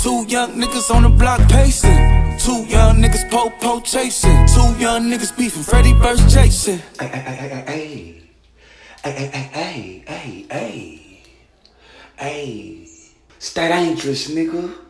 I: Two young niggas on the block pacing. Two young niggas po po chasing. Two young niggas beefing Freddy versus Jason.
L: Hey, hey, hey, hey, hey, hey, hey, hey, hey, hey, hey, hey. Stay dangerous, nigga.